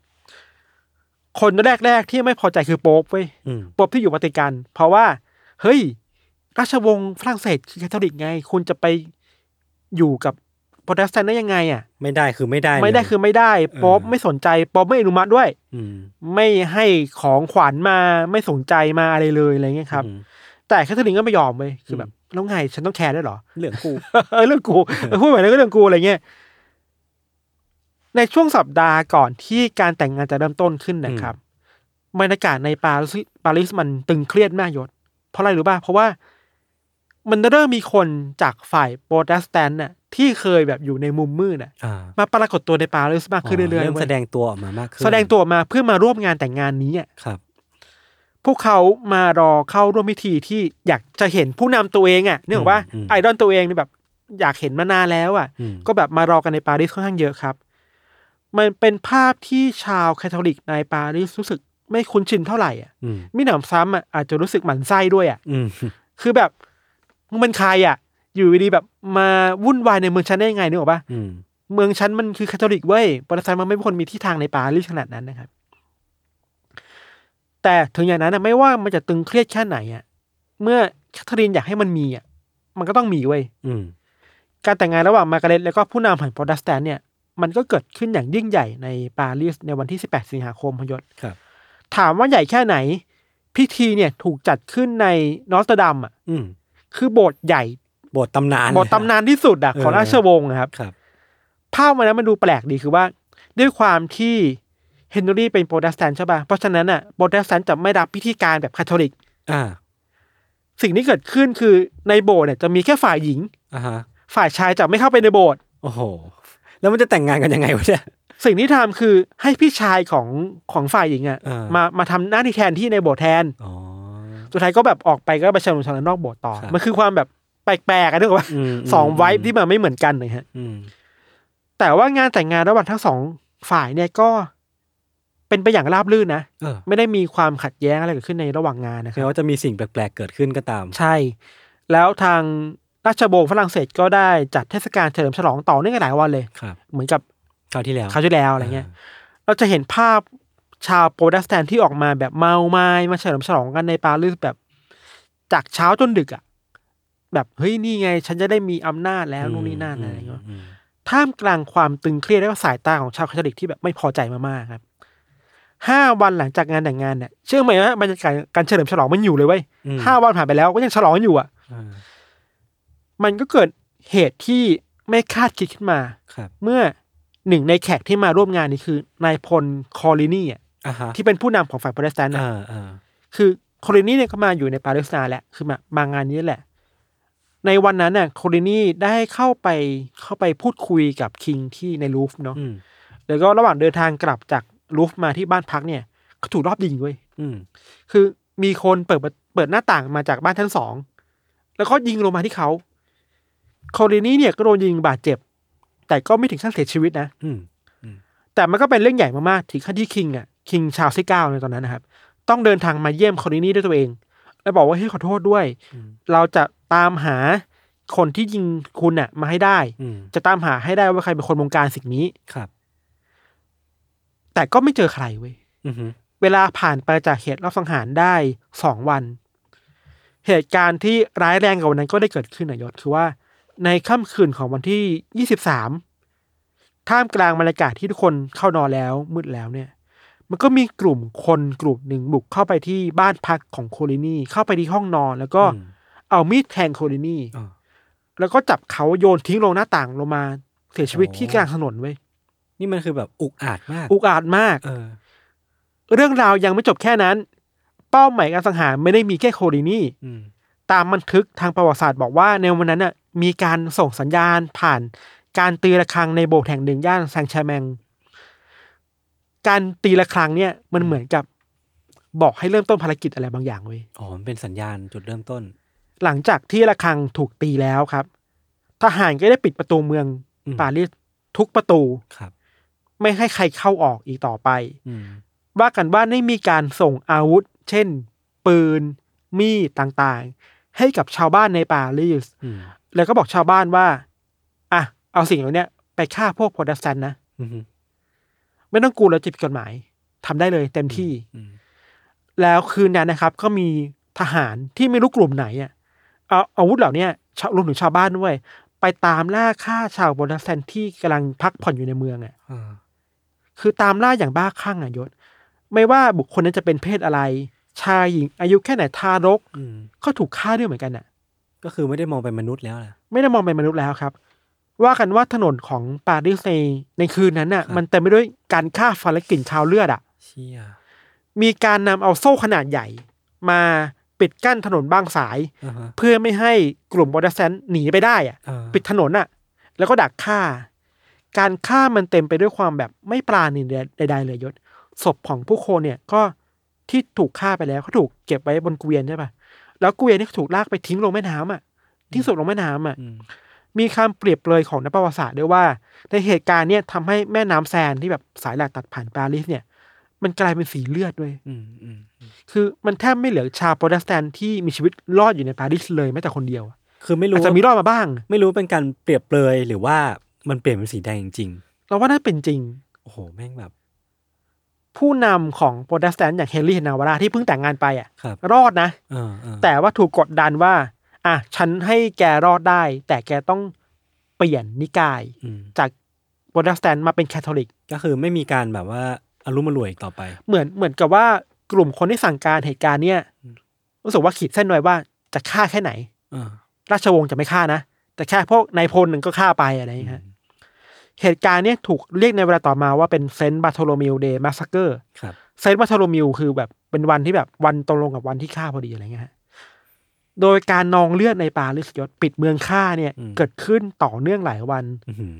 Speaker 2: คนแรกๆที่ไม่พอใจคือโป๊ปเว้ย
Speaker 1: อืม
Speaker 2: โป๊ปที่อยู่วาติกัน เพราะว่า เฮ้ย ราชวงศ์ฝรั่งเศสคือแคทอลิกไง คุณจะไปอยู่กับโปรเตสแตนต์ได้ยังไงอะ
Speaker 1: ไม่ได้คือไม่ได้เลย
Speaker 2: ไม่ได้คือไม่ได้โป๊ป
Speaker 1: เออ
Speaker 2: ไม่สนใจโป๊ปไม่อนุมัติด้วย
Speaker 1: ม
Speaker 2: ไม่ให้ของขวัญมาไม่สนใจมาอะไรเลยอะไรเงี้ยครับ
Speaker 1: อืม
Speaker 2: แต่แคทเธอรีนก็ไม่ยอมเว้ยคือแบบ
Speaker 1: อืม
Speaker 2: แล้วไงฉันต้องแคร์ด้วยเหรอ
Speaker 1: เหลืองกู
Speaker 2: เออเรื่องกู เออพูดไปแล้วก็เรื่องกูอะไรเงี้ยในช่วงสัปดาห์ก่อนที่การแต่งงานจะเริ่มต้นขึ้นนะครับบรรยากาศในปารีสปารีสมันตึงเครียดมากยศ เพราะอะไรรู้ป่ะเพราะว่า มันเริ่มมีคนจากฝ่ายโปรเตสแตนต์น่ะที่เคยแบบอยู่ในมุมมืดน่ะ
Speaker 1: อ่า
Speaker 2: มาปรากฏตัวในปารีสมากขึ้นเรื่อยๆ
Speaker 1: เริ่ม
Speaker 2: เว้ย
Speaker 1: แสดงตัวออกมามากขึ้น
Speaker 2: แสดงตัวมาเพื่อมาร่วมงานแต่งงานนี้อ่ะ
Speaker 1: ครับ
Speaker 2: พวกเขามารอเข้าร่วมพิธีที่อยากจะเห็นผู้นำตัวเองอะ่ะเนื่องว่า
Speaker 1: อืม
Speaker 2: ไอดอลตัวเองเนี่ยแบบ อยากเห็นมานานแล้วอะ่ะ
Speaker 1: อืม
Speaker 2: ก็แบบมารอกันในปารีสค่อนข้างเยอะครับ มันเป็นภาพที่ชาวแคทอลิกในปารีสรู้สึกไม่คุ้นชินเท่าไหร่อ่ะ
Speaker 1: อืม
Speaker 2: มิหนำซ้ำอ่ะอาจจะรู้สึกหมั่นไส้ด้วยอ่ะ
Speaker 1: อืม
Speaker 2: คือแบบมึงเป็นใครอ่ะ อยู่ดีๆแบบมาวุ่นวายในเมืองฉันได้ยังไงนึกออกปะ
Speaker 1: อืม
Speaker 2: เมืองชั้นมันคือคาทอลิกเว้ยปรเตสแตนต์มันไม่ควรมีที่ทางในปารีสขนาดนั้นนะครับ แต่ถึงอย่างนั้นนะไม่ว่ามันจะตึงเครียดแค่ไหนอะเมื่อแคทเธอรีนอยากให้มันมีอะมันก็ต้องมีเว้ย
Speaker 1: อืม
Speaker 2: การแต่งงานระหว่างมาร์กาเร็ตแล้วก็ผู้นำแห่งโปรเตสแตนต์เนี่ย มันก็เกิดขึ้นอย่างยิ่งใหญ่ในปารีสในวันที่ 18 สิงหาคมพยศ
Speaker 1: ครับ
Speaker 2: ถามว่าใหญ่แค่ไหน พิธีเนี่ยถูกจัดขึ้นในนอสเตอร์ดัมอะ
Speaker 1: อืม
Speaker 2: คือโบสถ์ใหญ่
Speaker 1: บทตำนาน
Speaker 2: โบสถ์ตำนานที่สุดอะของ
Speaker 1: เออ
Speaker 2: ราชวงศ์นะครับ
Speaker 1: ครับ
Speaker 2: ภาพมันนั้นมันดูแปลกดีคือว่า ด้วยความที่เฮนรี่เป็นโปรเตสแตนต์ใช่ป่ะ เพราะฉะนั้นอ่ะโปรเตสแตนต์จะไม่รับพิธีการแบบคาทอลิก
Speaker 1: อ่า
Speaker 2: สิ่งที่เกิดขึ้นคือในโบสถ์เนี่ยจะมีแค่ฝ่ายหญิง
Speaker 1: อ่าฮะ
Speaker 2: ฝ่ายชายจะไม่เข้าไปในโบสถ์
Speaker 1: โอ้โห แล้วมันจะแต่งงานกันยังไงวะเนี่ย
Speaker 2: สิ่งที่ทำคือให้พี่ชายของของฝ่ายหญิงอ่ะ
Speaker 1: เออ
Speaker 2: มามาทำหน้าที่แทนที่ในโบสถ์แทน
Speaker 1: อ๋อ
Speaker 2: สุดท้ายก็แบบออกไปก็ไปเชิญชาวนันนอกโบสถ์ต่อ
Speaker 1: ครับ
Speaker 2: มันคือความแบบแปลกๆอะนึกออกปะ
Speaker 1: อืม
Speaker 2: สองไวท์ที่มันไม่เหมือนกันนะฮะ
Speaker 1: อืม
Speaker 2: แต่ว่างานแต่งงานระหว่างทั้งสองฝ่ายเนี่ยก็เป็นไปอย่างราบรื่นนะ
Speaker 1: เออ
Speaker 2: ไม่ได้มีความขัดแย้งอะไรเกิดขึ้นในระหว่างงานนะค
Speaker 1: แม้
Speaker 2: รับ
Speaker 1: ว่าจะมีสิ่งแปลกๆเกิดขึ้นก็ตาม
Speaker 2: ใช่ แล้วทางราชวงศ์ฝรั่งเศสก็ได้จัดเทศกาลเฉลิมฉลองต่อเนื่องกันหลายวันเลย
Speaker 1: ครับ
Speaker 2: เหมือนกับ
Speaker 1: คราวที่แล้ว
Speaker 2: คราวที่แล้วอะไรเงี้ย เราจะเห็นภาพชาวโปรเตสแตนต์ที่ออกมาแบบเมาไม้มาเฉลิมฉลองกันในปารีสแบบ จากเช้าจนดึกอะ แบบเฮ้ยนี่ไง ฉันจะได้มีอำนาจแล้วนู่นนี่นั่นอะไรอย่างเงี้ย ท่ามกลางความตึงเครียดและก็สายตาของชาวแคทอลิกที่แบบไม่พอใจมากๆครับห้าวันหลังจากงานแต่งงานเนี่ยเชื่อไหมว่าบรรยากาศการเฉลิมฉลองมันอยู่เลยเว้ย
Speaker 1: อืม
Speaker 2: ห้าวันผ่านไปแล้วก็ยังฉลองอยู่อ่ะ
Speaker 1: อ่า
Speaker 2: มันก็เกิดเหตุที่ไม่คาดคิดขึ้นมา
Speaker 1: ครับ
Speaker 2: เมื่อหนึ่งในแขกที่มาร่วมงานนี้คือนายพลคอลินีอ่ะ
Speaker 1: อ่าฮะ
Speaker 2: ที่เป็นผู้นำของฝ่ายโปรเตสแตนต์นะ
Speaker 1: อ่าอ่า
Speaker 2: คือคอลินีเนี่ยก็มาอยู่ในปาเลสไตน์แหละคือมามางานนี้แหละ ในวันนั้นน่ะคอลินีได้เข้าไปเข้าไปพูดคุยกับคิงที่ในลูฟเนาะ
Speaker 1: อืม
Speaker 2: แล้วก็ระหว่างเดินทางกลับจากลูฟมาที่บ้านพักเนี่ยก็ถูกรอบยิงเว้ย
Speaker 1: อืม
Speaker 2: คือมีคนเปิดประเปิดหน้าต่างมาจากบ้านชั้นสอง แล้วก็ยิงลงมาที่เขาคอรินี่เนี่ยก็โดนยิงบาดเจ็บ แต่ก็ไม่ถึงขั้นเสียชีวิตนะ
Speaker 1: อืม
Speaker 2: แต่มันก็เป็นเรื่องใหญ่มากๆ ถึงขั้นที่คิงอ่ะ คิงชาวซิเก้าในตอนนั้นนะครับ ต้องเดินทางมาเยี่ยมคอรินี่ด้วยตัวเอง แล้วบอกว่าให้ยขอโทษด้วย เราจะตามหาคนที่ยิงคุณอ่ะ มาให้ได้
Speaker 1: อืม
Speaker 2: จะตามหาให้ได้ว่าใครเป็นคนบงการสิ่งนี้
Speaker 1: ครับ
Speaker 2: แต่ก็ไม่เจอใครเว้ย
Speaker 1: อือฮึ
Speaker 2: เวลาผ่านไปจากเหตุรอบสังหารได้สองวัน เหตุการณ์ที่ร้ายแรงกว่าวันนั้นก็ได้เกิดขึ้นนะยศคือว่า ในค่ำคืนของวันที่ยี่สิบสามท่ามกลางบรรยากาศที่ทุกคนเข้านอนแล้วมืดแล้วเนี่ย มันก็มีกลุ่มคนกลุ่มหนึ่งบุกเข้าไปที่บ้านพักของโคลินี่เข้าไปที่ห้องนอน แล้วก็
Speaker 1: อืม
Speaker 2: เอามีดแทงโคลินี่
Speaker 1: อ๋อ
Speaker 2: แล้วก็จับเขาโยนทิ้งลงหน้าต่างลงมาเสียชีวิตที่กลางถนนเว้ย
Speaker 1: นี่มันคือแบบอุกอาจมาก
Speaker 2: อุกอาจมาก
Speaker 1: เออ
Speaker 2: เรื่องราวยังไม่จบแค่นั้น เป้าหมายการสังหารไม่ได้มีแค่โคลินี่
Speaker 1: อืม
Speaker 2: ตามบันทึกทางประวัติศาสตร์บอกว่าในวันนั้นน่ะมีการส่งสัญญาณผ่านการตีระฆังในโบสถ์แห่งหนึ่งย่านแซงต์แชร์แมง การตีระฆังเนี่ยมันเหมือนกับบอกให้เริ่มต้นภารกิจอะไรบางอย่างเว้ย
Speaker 1: อ๋อมันเป็นสัญญาณจุดเริ่มต้น
Speaker 2: หลังจากที่ระฆังถูกตีแล้วครับ ทหารก็ได้ปิดประตูเมือง
Speaker 1: อืม
Speaker 2: ปารีสทุกประตู
Speaker 1: ครับ
Speaker 2: ไม่ให้ใครเข้าออกอีกต่อไป
Speaker 1: อืม
Speaker 2: ว่ากันว่าได้มีการส่งอาวุธ เช่น ปืน มีดต่างๆ ให้กับชาวบ้านในปารีส
Speaker 1: อืม
Speaker 2: แล้วก็บอกชาวบ้านว่า อ่ะ เอาสิ่งเหล่าเนี้ยไปฆ่าพวกโปรเตสแตนต์นะ
Speaker 1: อืม
Speaker 2: ไม่ต้องกลัวเราจะผิดกฎหมาย ทำได้เลยเต็มที่
Speaker 1: อืม
Speaker 2: แล้วคืนนั้นนะครับ ก็มีทหารที่ไม่รู้กลุ่มไหนอ่ะ เอาอาวุธเหล่าเนี้ยชาวรวมถึงชาวบ้านด้วย ไปตามล่าฆ่าชาวโปรเตสแตนต์ที่กำลังพักผ่อนอยู่ในเมืองอ่ะ
Speaker 1: อ่า
Speaker 2: คือตามล่าอย่างบ้าคลั่งอ่ะยศ ไม่ว่าบุคคลนั้นจะเป็นเพศอะไร ชายหญิงอายุแค่ไหนทารก
Speaker 1: อืม
Speaker 2: ก็ถูกฆ่าด้วยเหมือนกันน่ะ
Speaker 1: ก็คือไม่ได้มองเป็นมนุษย์แล้วล่ะ
Speaker 2: ไม่ได้มองเป็นมนุษย์แล้วครับ ว่ากันว่าถนนของปารีสในในคืนนั้นน่ะ
Speaker 1: ครับ
Speaker 2: มันเต็มไปด้วยการฆ่าฟันและกลิ่นคาวเลือดอ่ะ
Speaker 1: เชี่ย
Speaker 2: มีการนำเอาโซ่ขนาดใหญ่ มาปิดกั้นถนนบางสาย
Speaker 1: อ่าฮะ
Speaker 2: เพื่อไม่ให้กลุ่มบอดแซนหนีไปได้อ่ะ
Speaker 1: อ่า
Speaker 2: ปิดถนนอ่ะ แล้วก็ดักฆ่า การฆ่ามันเต็มไปด้วยความแบบไม่ปราณีใดๆเลยยศ ศพของผู้คนเนี่ยก็ที่ถูกฆ่าไปแล้วก็ถูกเก็บไว้บนเกวียนใช่ปะแล้วเกวียนนี่ก็ถูกลากไปทิ้งลงแม่น้ำอ่ะ ทิ้งศพลงแม่น้ำอ่ะ
Speaker 1: อืม
Speaker 2: มีคำเปรียบเปรยของนักประวัติศาสตร์ด้วยว่า ในเหตุการณ์เนี่ยทำให้แม่น้ำแซนที่แบบสายหลักตัดผ่านปารีสเนี่ย มันกลายเป็นสีเลือดด้วย
Speaker 1: อืมอืมอืม
Speaker 2: คือมันแทบไม่เหลือชาวโปรเตสแตนต์ที่มีชีวิตรอดอยู่ในปารีสเลยแม้แต่คนเดียวอะ
Speaker 1: คือไม่
Speaker 2: อาจ
Speaker 1: รู้
Speaker 2: จะ
Speaker 1: ว่า
Speaker 2: มีรอดมาบ้าง
Speaker 1: ไม่รู้เป็นการเปรียบเปรยหรือว่ามันเปลี่ยนเป็นสีแดงจริง
Speaker 2: เราว่าน่าเป็นจริง
Speaker 1: ๆโอ้โหแม่งแบบ
Speaker 2: ผู้นำของโปรเตสแตนต์อย่างเฮนรี่เฮนาวาราที่เพิ่งแต่งงานไปอ่ะ
Speaker 1: ครับ
Speaker 2: รอดนะ
Speaker 1: เออเออ
Speaker 2: แต่ว่าถูกกดดันว่า อ่ะฉันให้แกรอดได้ แต่แกต้องเปลี่ยนนิกาย
Speaker 1: อืม
Speaker 2: จากโปรเตสแตนต์มาเป็นแคทอลิก
Speaker 1: ก็คือไม่มีการแบบว่าอารมณ์มารวยอีกต่อไป
Speaker 2: เหมือนเหมือนกับว่ากลุ่มคนที่สั่งการเหตุการณ์เนี่ยรู้สึกว่าขีดเส้นไว้ว่าจะฆ่าแค่ไหน
Speaker 1: เออ
Speaker 2: ราชวงศ์จะไม่ฆ่านะ แต่แค่พวกนายพลหนึ่งก็ฆ่าไปอะไรอย่างเงี้ยฮะเหตุการณ์เนี่ยถูกเรียกในเวลาต่อมาว่าเป็นเซนต์บาโทโลมิวเดย์มาสเกอร์
Speaker 1: ครับ
Speaker 2: เซนต์บาโทโลมิวคือแบบเป็นวันที่แบบวันตรงกับวันที่ฆ่าพอดีอะไรเงี้ยฮะโดยการนองเลือดในปาลิสยศปิดเมืองฆ่าเนี่ย เกิดขึ้นต่อเนื่องหลายวัน
Speaker 1: อื้อหือ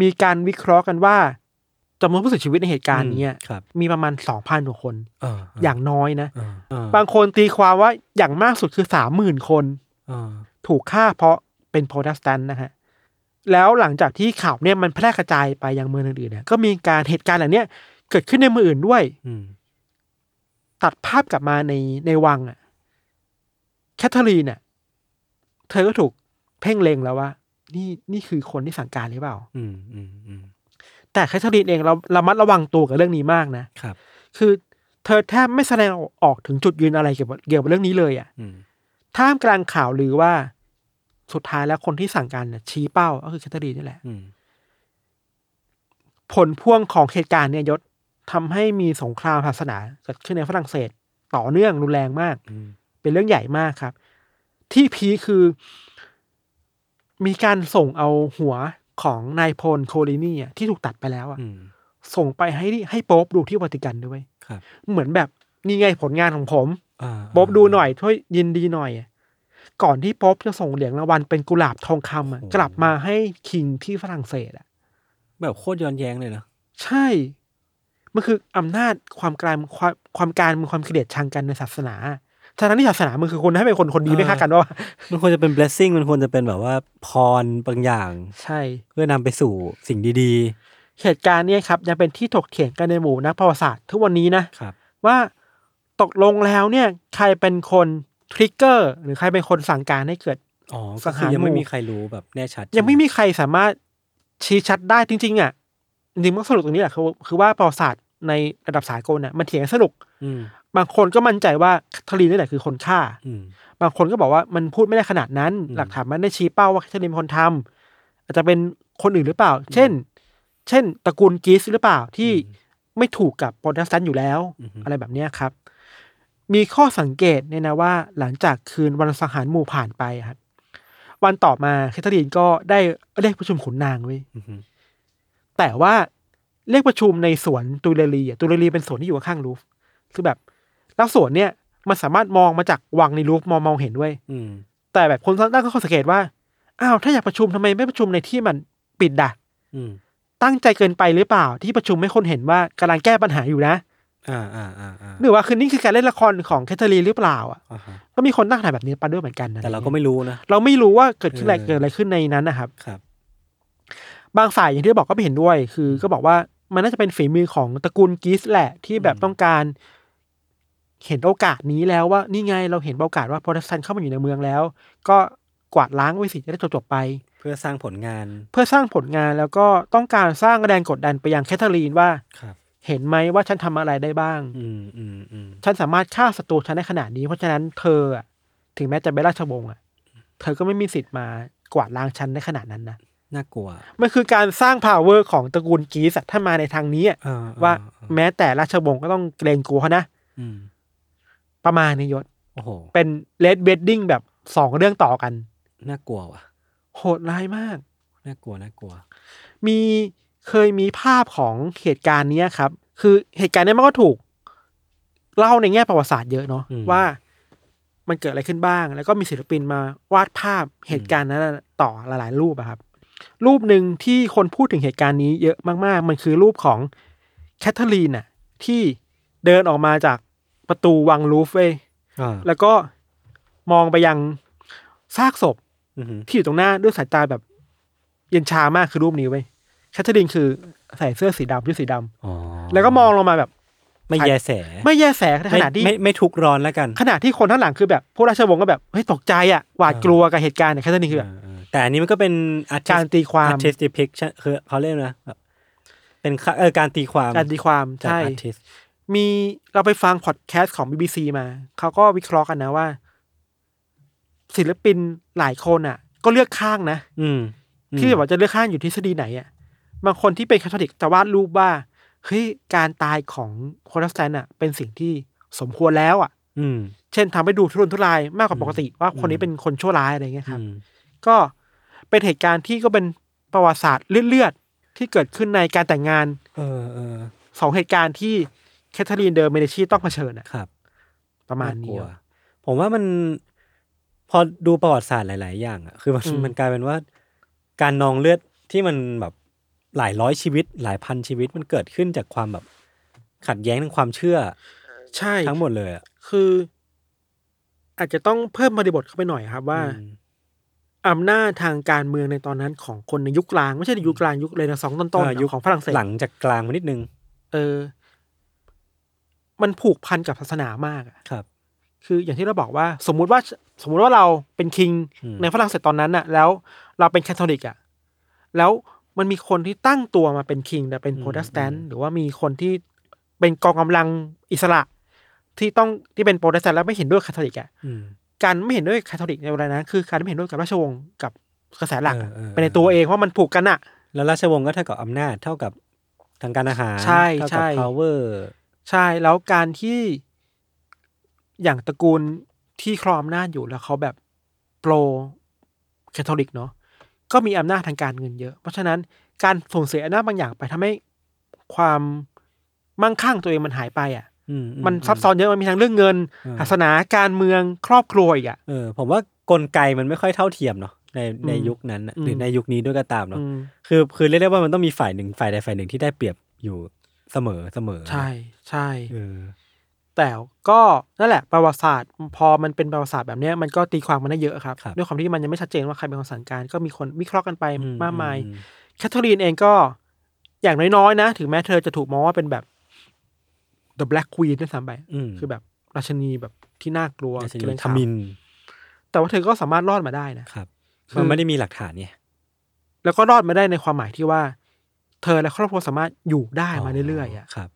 Speaker 2: มีการวิเคราะห์กันว่าจำนวนผู้เสียชีวิตในเหตุการณ์เนี้ย
Speaker 1: ครับ
Speaker 2: มีประมาณสองพันกว่าคน
Speaker 1: เออเออ
Speaker 2: อย่างน้อยนะ
Speaker 1: เออเออบ
Speaker 2: างคนตีความว่าอย่างมากสุดคือสามหมื่นคน
Speaker 1: เออ
Speaker 2: ถูกฆ่าเพราะเป็นโปรเตสแตนต์นะฮะ แล้วหลังจากที่ข่าวเนี่ยมันแพร่กระจายไปยังเมืองอื่นๆเนี่ยก็มีการเหตุการณ์เหล่าเนี้ยเกิดขึ้นในเมืองอื่นด้วย
Speaker 1: อืม
Speaker 2: ตัดภาพกลับมาในในวังอะแคทเธอรีนเนี่ยเธอก็ถูกเพ่งเล็งแล้วว่า นี่นี่คือคนที่สั่งการหรือเปล่า
Speaker 1: อืมอืมอืม
Speaker 2: แต่แคทเธอรีนเองเราระมัดระวังตัวกับเรื่องนี้มากนะ
Speaker 1: ครับ
Speaker 2: คือเธอแทบไม่แสดงออกถึงจุดยืนอะไรเกี่ยวกับเกี่ยวกับเรื่องนี้เลยอะ
Speaker 1: อืม
Speaker 2: ท่ามกลางข่าวลือว่า สุดท้ายแล้วคนที่สั่งการเนี่ยชี้เป้าก็คือแคทเธอรีนนี่แหละ
Speaker 1: อืม
Speaker 2: ผลพ่วงของเหตุการณ์เนี่ยยศทำให้มีสงครามศาสนาเกิดขึ้นในฝรั่งเศส ต่อเนื่องรุนแรงมาก
Speaker 1: อืม
Speaker 2: เป็นเรื่องใหญ่มากครับ ที่พีคคือ มีการส่งเอาหัวของนายพลโคลินี่อะที่ถูกตัดไปแล้วอะ
Speaker 1: อืม
Speaker 2: ส่งไปให้ให้โป๊ปดูที่วัติกันด้วย
Speaker 1: ครับ
Speaker 2: เหมือนแบบนี่ไงผลงานของผม
Speaker 1: อ่า
Speaker 2: โป๊อบดูหน่อยช่วยยินดีหน่อย ก่อนที่โป๊อบจะส่งเหรียญรางวัลเป็นกุหลาบทองคำอะกลับมาให้คิงที่ฝรั่งเศสอ่ะ
Speaker 1: แบบโคตรย้อนแย้งเลยเนอะ
Speaker 2: ใช่ มันคืออำนาจความกลารความความการมึงความเกลียดชังกันในศาสนาฉะนั้นที่ศาสนามึงคือคนให้เป็นคนคนดีไม่ฆ่ากันว่า
Speaker 1: มันควรจะเป็น blessing มันควรจะเป็นแบบว่าพรบางอย่าง
Speaker 2: ใช่
Speaker 1: เพื่อนำไปสู่สิ่งดี
Speaker 2: เหตุการณ์เนี้ครับยังเป็นที่ถกเถียงกันในหมู่นักประวัติศาสตร์ทุกวันนี้นะ
Speaker 1: ๆ ครับ
Speaker 2: ว่าตกลงแล้วเนี่ย ใครเป็นคนทริกเกอร์หรือใครเป็นคนสั่งการให้เกิด
Speaker 1: อ๋อ
Speaker 2: สั
Speaker 1: ก็
Speaker 2: ง
Speaker 1: คื
Speaker 2: หาร
Speaker 1: อยัง
Speaker 2: ห
Speaker 1: ไม่
Speaker 2: มู่
Speaker 1: มีใครรู้แบบแน่ชัด
Speaker 2: ยังไม่มีใครสามารถชี้ชัดได้จริง ๆ อ่ะ จริงๆมันสรุปตรงนี้แหละคือคือว่าประวัติศาสตร์ในระดับสากลน่ะมันเถียงกันสนุก
Speaker 1: อืม
Speaker 2: บางคนก็มั่นใจว่าแคทเธอรีนนี่แหละคือคนฆ่า
Speaker 1: อืม
Speaker 2: บางคนก็บอกว่ามันพูดไม่ได้ขนาดนั้น
Speaker 1: อืม
Speaker 2: หลักฐานมันได้ชี้เป้าว่าแคทเธอรีนเป็นคนทำอาจจะเป็นคนอื่นหรือเปล่า เช่น เช่น ตระกูลกีสหรือเปล่าที่ไม่ถูกกับโปรเตสแตนต์อยู่แล้ว อะไรแบบเนี้ยครับ มีข้อสังเกตเนี่ยนะว่าหลังจากคืนวันสังหารหมู่ผ่านไปครับ วันต่อมาแคทเธอรีนก็ได้เรียกประชุมขุนนางไว้ย
Speaker 1: อืม
Speaker 2: แต่ว่าเรียกประชุมในสวนตูเรลีอะตูเรลีเป็นสวนที่อยู่ข้างๆลูฟคือแบบแล้วสวนเนี่ยมันสามารถมองมาจากวังในลูฟมองมองเห็นด้วย
Speaker 1: อืม
Speaker 2: แต่แบบคนตั้งก็ข้อสังเกตว่า อ้าวถ้าอยากประชุมทำไมไม่ประชุมในที่มันปิดด่ะ
Speaker 1: อืม
Speaker 2: ตั้งใจเกินไปหรือเปล่า ที่ประชุมให้คนเห็นว่ากำลังแก้ปัญหาอยู่นะ
Speaker 1: อ่าอ่าอ่าอ่า
Speaker 2: หรือว่าคืนนี้คือการเล่นละครของแคทเธอรีนหรือเปล่าอ่ะ
Speaker 1: อ่าฮะ
Speaker 2: ก็มีคนตั้งคำถามแบบนี้ไปด้วยเหมือนกันนะ
Speaker 1: แต่เราก็ไม่รู้นะ
Speaker 2: เราไม่รู้ว่าเกิดขึ้นอะไร
Speaker 1: เออ
Speaker 2: เกิดอะไรขึ้นในนั้นนะครับ
Speaker 1: ครับ
Speaker 2: บางฝ่ายอย่างที่บอกก็ไม่เห็นด้วย คือก็บอกว่ามันน่าจะเป็นฝีมือของตระกูลกิสแหละที่แบบ
Speaker 1: อืม
Speaker 2: ต้องการ เห็นโอกาสนี้แล้วว่านี่ไงเราเห็นโอกาสว่าโปรเตสแตนต์เข้ามาอยู่ในเมืองแล้ว ก็กวาดล้างไว้สิจะได้จบๆไป
Speaker 1: เพื่อสร้างผลงาน
Speaker 2: เพื่อสร้างผลงานแล้วก็ต้องการสร้างแรงกดดันไปยังแคทเธอรีนว่า
Speaker 1: ครับ
Speaker 2: เห็นไหมว่าฉันทำอะไรได้บ้าง
Speaker 1: อืมอืมอืม
Speaker 2: ฉันสามารถฆ่าศัตรูฉันได้ขนาดนี้ เพราะฉะนั้นเธออะถึงแม้จะเป็นราชวงศ์อะเธอก็ไม่มีสิทธิ์มากวาดล้างฉันได้ขนาดนั้นนะ
Speaker 1: น่ากลัว
Speaker 2: มันคือการสร้าง power ของตระกูลกีสอะถ้ามาในทางนี้อะ
Speaker 1: เออเออ
Speaker 2: ว่า
Speaker 1: เออ
Speaker 2: แม้แต่ราชวงศ์ก็ต้องเกรงกลัวเขานะ
Speaker 1: อืม
Speaker 2: ประมาณนี้ยศ
Speaker 1: โอ้โห
Speaker 2: เป็น red wedding แบบสองเรื่องต่อกัน
Speaker 1: น่ากลัวว่ะ
Speaker 2: โหดร้ายมาก
Speaker 1: น่ากลัวน่ากลัว
Speaker 2: มีเคยมีภาพของเหตุการณ์เนี้ยครับ คือเหตุการณ์เนี้ยมันก็ถูก เล่าในแง่ประวัติศาสตร์เยอะเนาะ
Speaker 1: อืม
Speaker 2: ว่ามันเกิดอะไรขึ้นบ้าง แล้วก็มีศิลปินมาวาดภาพเหตุการณ์นั้นน่ะต่อหลาย ๆ รูปอะครับ รูปหนึ่งที่คนพูดถึงเหตุการณ์นี้เยอะมาก ๆ มันคือรูปของแคทเธอรีนน่ะที่เดินออกมาจากประตูวังลูฟเว้ย
Speaker 1: อ่า
Speaker 2: แล้วก็มองไปยังซากศพ
Speaker 1: อืม
Speaker 2: ที่อยู่ตรงหน้าด้วยสายตาแบบเย็นชามากคือรูปนี้เว้ยแคทเธอรีนคือใส่เสื้อสีดำยืดสีดำ
Speaker 1: อ๋อ
Speaker 2: แล้วก็มองลงมาแบบ
Speaker 1: ไม่แยแส
Speaker 2: ไม่แยแสในขณะที่
Speaker 1: ไม่ไม่ทุกข์ร้อนแล้วกัน
Speaker 2: ขณะที่คนข้างหลังคือแบบพวกราชวงศ์ก็แบบเฮ้ยตกใจอ่ะหวาดกลัวกับเหตุการณ์เนี่ยแคทเธอรีนคือแบบ
Speaker 1: เออแต่อันนี้มันก็เป็น artist-
Speaker 2: การตีความ
Speaker 1: artistic picture คือเขาเรียกนะแบบเป็นค่ะเออการตีความ
Speaker 2: การตีความ
Speaker 1: จาก
Speaker 2: ใช่
Speaker 1: artist
Speaker 2: มีเราไปฟังพอดแคสต์ของ BBC มาเขาก็วิเคราะห์กันนะว่า ศิลปินหลายคนอ่ะ ก็เลือกข้างนะ
Speaker 1: อืมอืม
Speaker 2: ที่แบบว่าจะเลือกข้างอยู่ทฤษฎีไหนอ่ะบางคนที่เป็นคาทอลิกจะวาดรูปว่าเฮ้ยการตายของโครัสแตนอ่ะ เป็นสิ่งที่สมควรแล้วอ่ะ
Speaker 1: อืม
Speaker 2: เช่นทำให้ดูทุรนทุรายมากกว่าปกติว่าคน
Speaker 1: อื
Speaker 2: นี้
Speaker 1: ม
Speaker 2: เป็นคนชั่วร้ายอะไรเงี้ยครับ
Speaker 1: อืม
Speaker 2: ก็เป็นเหตุการณ์ที่ก็เป็นประวัติศาสตร์เลือดๆที่เกิดขึ้นในการแต่งงาน
Speaker 1: เออเออ
Speaker 2: สองเหตุการณ์ที่แคทเธอรีนเดอร์เมเดชีต้องเผชิญอ่ะ
Speaker 1: ครับ
Speaker 2: ประมาณ
Speaker 1: ก
Speaker 2: นี้
Speaker 1: ลัว
Speaker 2: อะ
Speaker 1: ผมว่ามันพอดูประวัติศาสตร์หลาย ๆ อย่างอะคือมัน
Speaker 2: อืม
Speaker 1: มันกลายเป็นว่า การนองเลือดที่มันแบบหลายร้อยชีวิต หลายพันชีวิตมันเกิดขึ้นจากความแบบขัดแย้งทางความเชื่อ
Speaker 2: ใช่
Speaker 1: ทั้งหมดเลยอะ
Speaker 2: คือ อาจจะต้องเพิ่มบริบทเข้าไปหน่อยครับว่า
Speaker 1: อืม
Speaker 2: อำนาจทางการเมืองในตอนนั้นของคนในยุคกลาง ไม่ใช่ในยุคกลางยุคเลยนะสองต้นๆ
Speaker 1: เ
Speaker 2: นะของฝรั่งเศส
Speaker 1: หลังจากกลางมานิดนึง
Speaker 2: เออ มันผูกพันกับศาสนามากอะ
Speaker 1: ครับ
Speaker 2: คือ อย่างที่เราบอกว่า สมมุติว่าสมมุติว่าเราเป็นคิง
Speaker 1: อืม
Speaker 2: ในฝรั่งเศสตอนนั้นน่ะ แล้วเราเป็นแคทอลิกอ่ะแล้วมันมีคนที่ตั้งตัวมาเป็นคิงแต่เป็นโปรเตสแตนต์หรือว่ามีคนที่เป็นกองกำลังอิสระ ที่ต้องที่เป็นโปรเตสแตนต์แล้วไม่เห็นด้วยคาทอลิกอ่ะ
Speaker 1: อืม
Speaker 2: การไม่เห็นด้วยคาทอลิกในเวลานั้นคือการไม่เห็นด้วยกับราชวงศ์กับกระแสหลักอะ
Speaker 1: เออเออ
Speaker 2: ไปในตัวเองว่ามันผูกกันอะ
Speaker 1: แล้วราชวงศ์ก็เท่ากับอำนาจเท่ากับทางการอาหาร
Speaker 2: ใช่
Speaker 1: เท่า
Speaker 2: ใช่
Speaker 1: กับ power
Speaker 2: ใช่แล้วการที่อย่างตระกูลที่ครองอำนาจอยู่แล้วเขาแบบโปรแคทอลิกเนาะก็มีอำนาจทางการเงินเยอะ เพราะฉะนั้นการสูญเสียอำนาจบางอย่างไปทำให้ความมั่งคั่งตัวเองมันหายไปอะ่ะ
Speaker 1: อือื
Speaker 2: มันซับซ้อนเยอะมันมีทั้งเรื่องเงิน
Speaker 1: เออ
Speaker 2: ศาสนาการเมืองครอบครัวอีกอ่ะ
Speaker 1: เออผมว่ากลไกมันไม่ค่อยเท่าเทียมเนาะในใน
Speaker 2: อืม
Speaker 1: ยุคนั้นน่ะ
Speaker 2: อืม
Speaker 1: หรือในยุคนี้ด้วยก็ตามเนาะ
Speaker 2: อืม
Speaker 1: คือคือเรียกได้ว่ามันต้องมีฝ่ายหนึ่งฝ่ายใดฝ่ายหนึ่งที่ได้เปรียบอยู่เสมอเสมอ
Speaker 2: ใช่ใช่
Speaker 1: เออ
Speaker 2: แต่ก็นั่นแหละประวัติศาสตร์ พอมันเป็นประวัติศาสตร์แบบเนี้ยมันก็ตีความมันได้เยอะครับ ด้วยความที่มันยังไม่ชัดเจนว่าใครเป็นคนสั่งการ ก็มีคนวิเคราะห์กันไป
Speaker 1: อื
Speaker 2: มากมาย
Speaker 1: อื
Speaker 2: แคทเธอรีนเองก็อย่างน้อยๆนะ ถึงแม้เธอจะถูกมองว่าเป็นแบบ The Black Queen ด้วยซ้ำไป
Speaker 1: อืม
Speaker 2: คือแบบราชนีแบบที่น่ากลัว
Speaker 1: ราช
Speaker 2: เก
Speaker 1: นี
Speaker 2: รง
Speaker 1: ท
Speaker 2: ขาม
Speaker 1: มิน
Speaker 2: แต่ว่าเธอก็สามารถรอดมาได้นะ
Speaker 1: ครับ
Speaker 2: คือ
Speaker 1: มันไม่ได้มีหลักฐานเนี่ย
Speaker 2: แล้วก็รอดมาได้ในความหมายที่ว่า เธอและครอบครัวสามารถอยู่ได้มาเรื่อยๆอ่ะ
Speaker 1: ครับ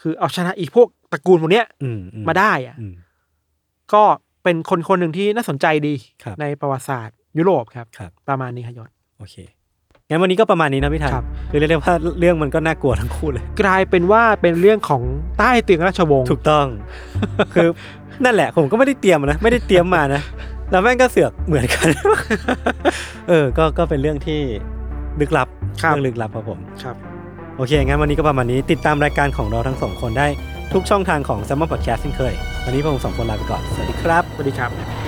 Speaker 2: คือเอาชนะอีกพวกตระกูลพวกเนี้ย
Speaker 1: อืม
Speaker 2: มาได้อ่ะ
Speaker 1: อืม
Speaker 2: ก็เป็นคนคนหนึ่งที่น่าสนใจดี
Speaker 1: ครับ
Speaker 2: ในประวัติศาสตร์ยุโรปครับ
Speaker 1: ครับ
Speaker 2: ประมาณนี้ค่ะยศ
Speaker 1: โอเค งั้นวันนี้ก็ประมาณนี้นะพี่ทัน
Speaker 2: ครับ
Speaker 1: คือเรียกได้ว่าเรื่องมันก็น่ากลัวทั้งคู่เลย
Speaker 2: กลายเป็นว่าเป็นเรื่องของใต้เตียงราชวงศ์
Speaker 1: ถูกต้อง คือนั่นแหละ ผมก็ไม่ได้เตรียมนะ ไม่ได้เตรียมมานะ แล้วแม่งก็เสือกเหมือนกัน เออ ก็ ก็เป็นเรื่องที่ลึกลับ
Speaker 2: ครับ
Speaker 1: เรื่องลึกลับครับผม
Speaker 2: ครับ
Speaker 1: โอเค งั้นวันนี้ก็ประมาณนี้ ติดตามรายการของเราทั้งสองคนได้ทุกช่องทางของ s ซ m m o n Podcast เช่นเคย วันนี้พวกผมสองคนลาไปก่อน สวัสดีครับ
Speaker 2: สวัสดีครับ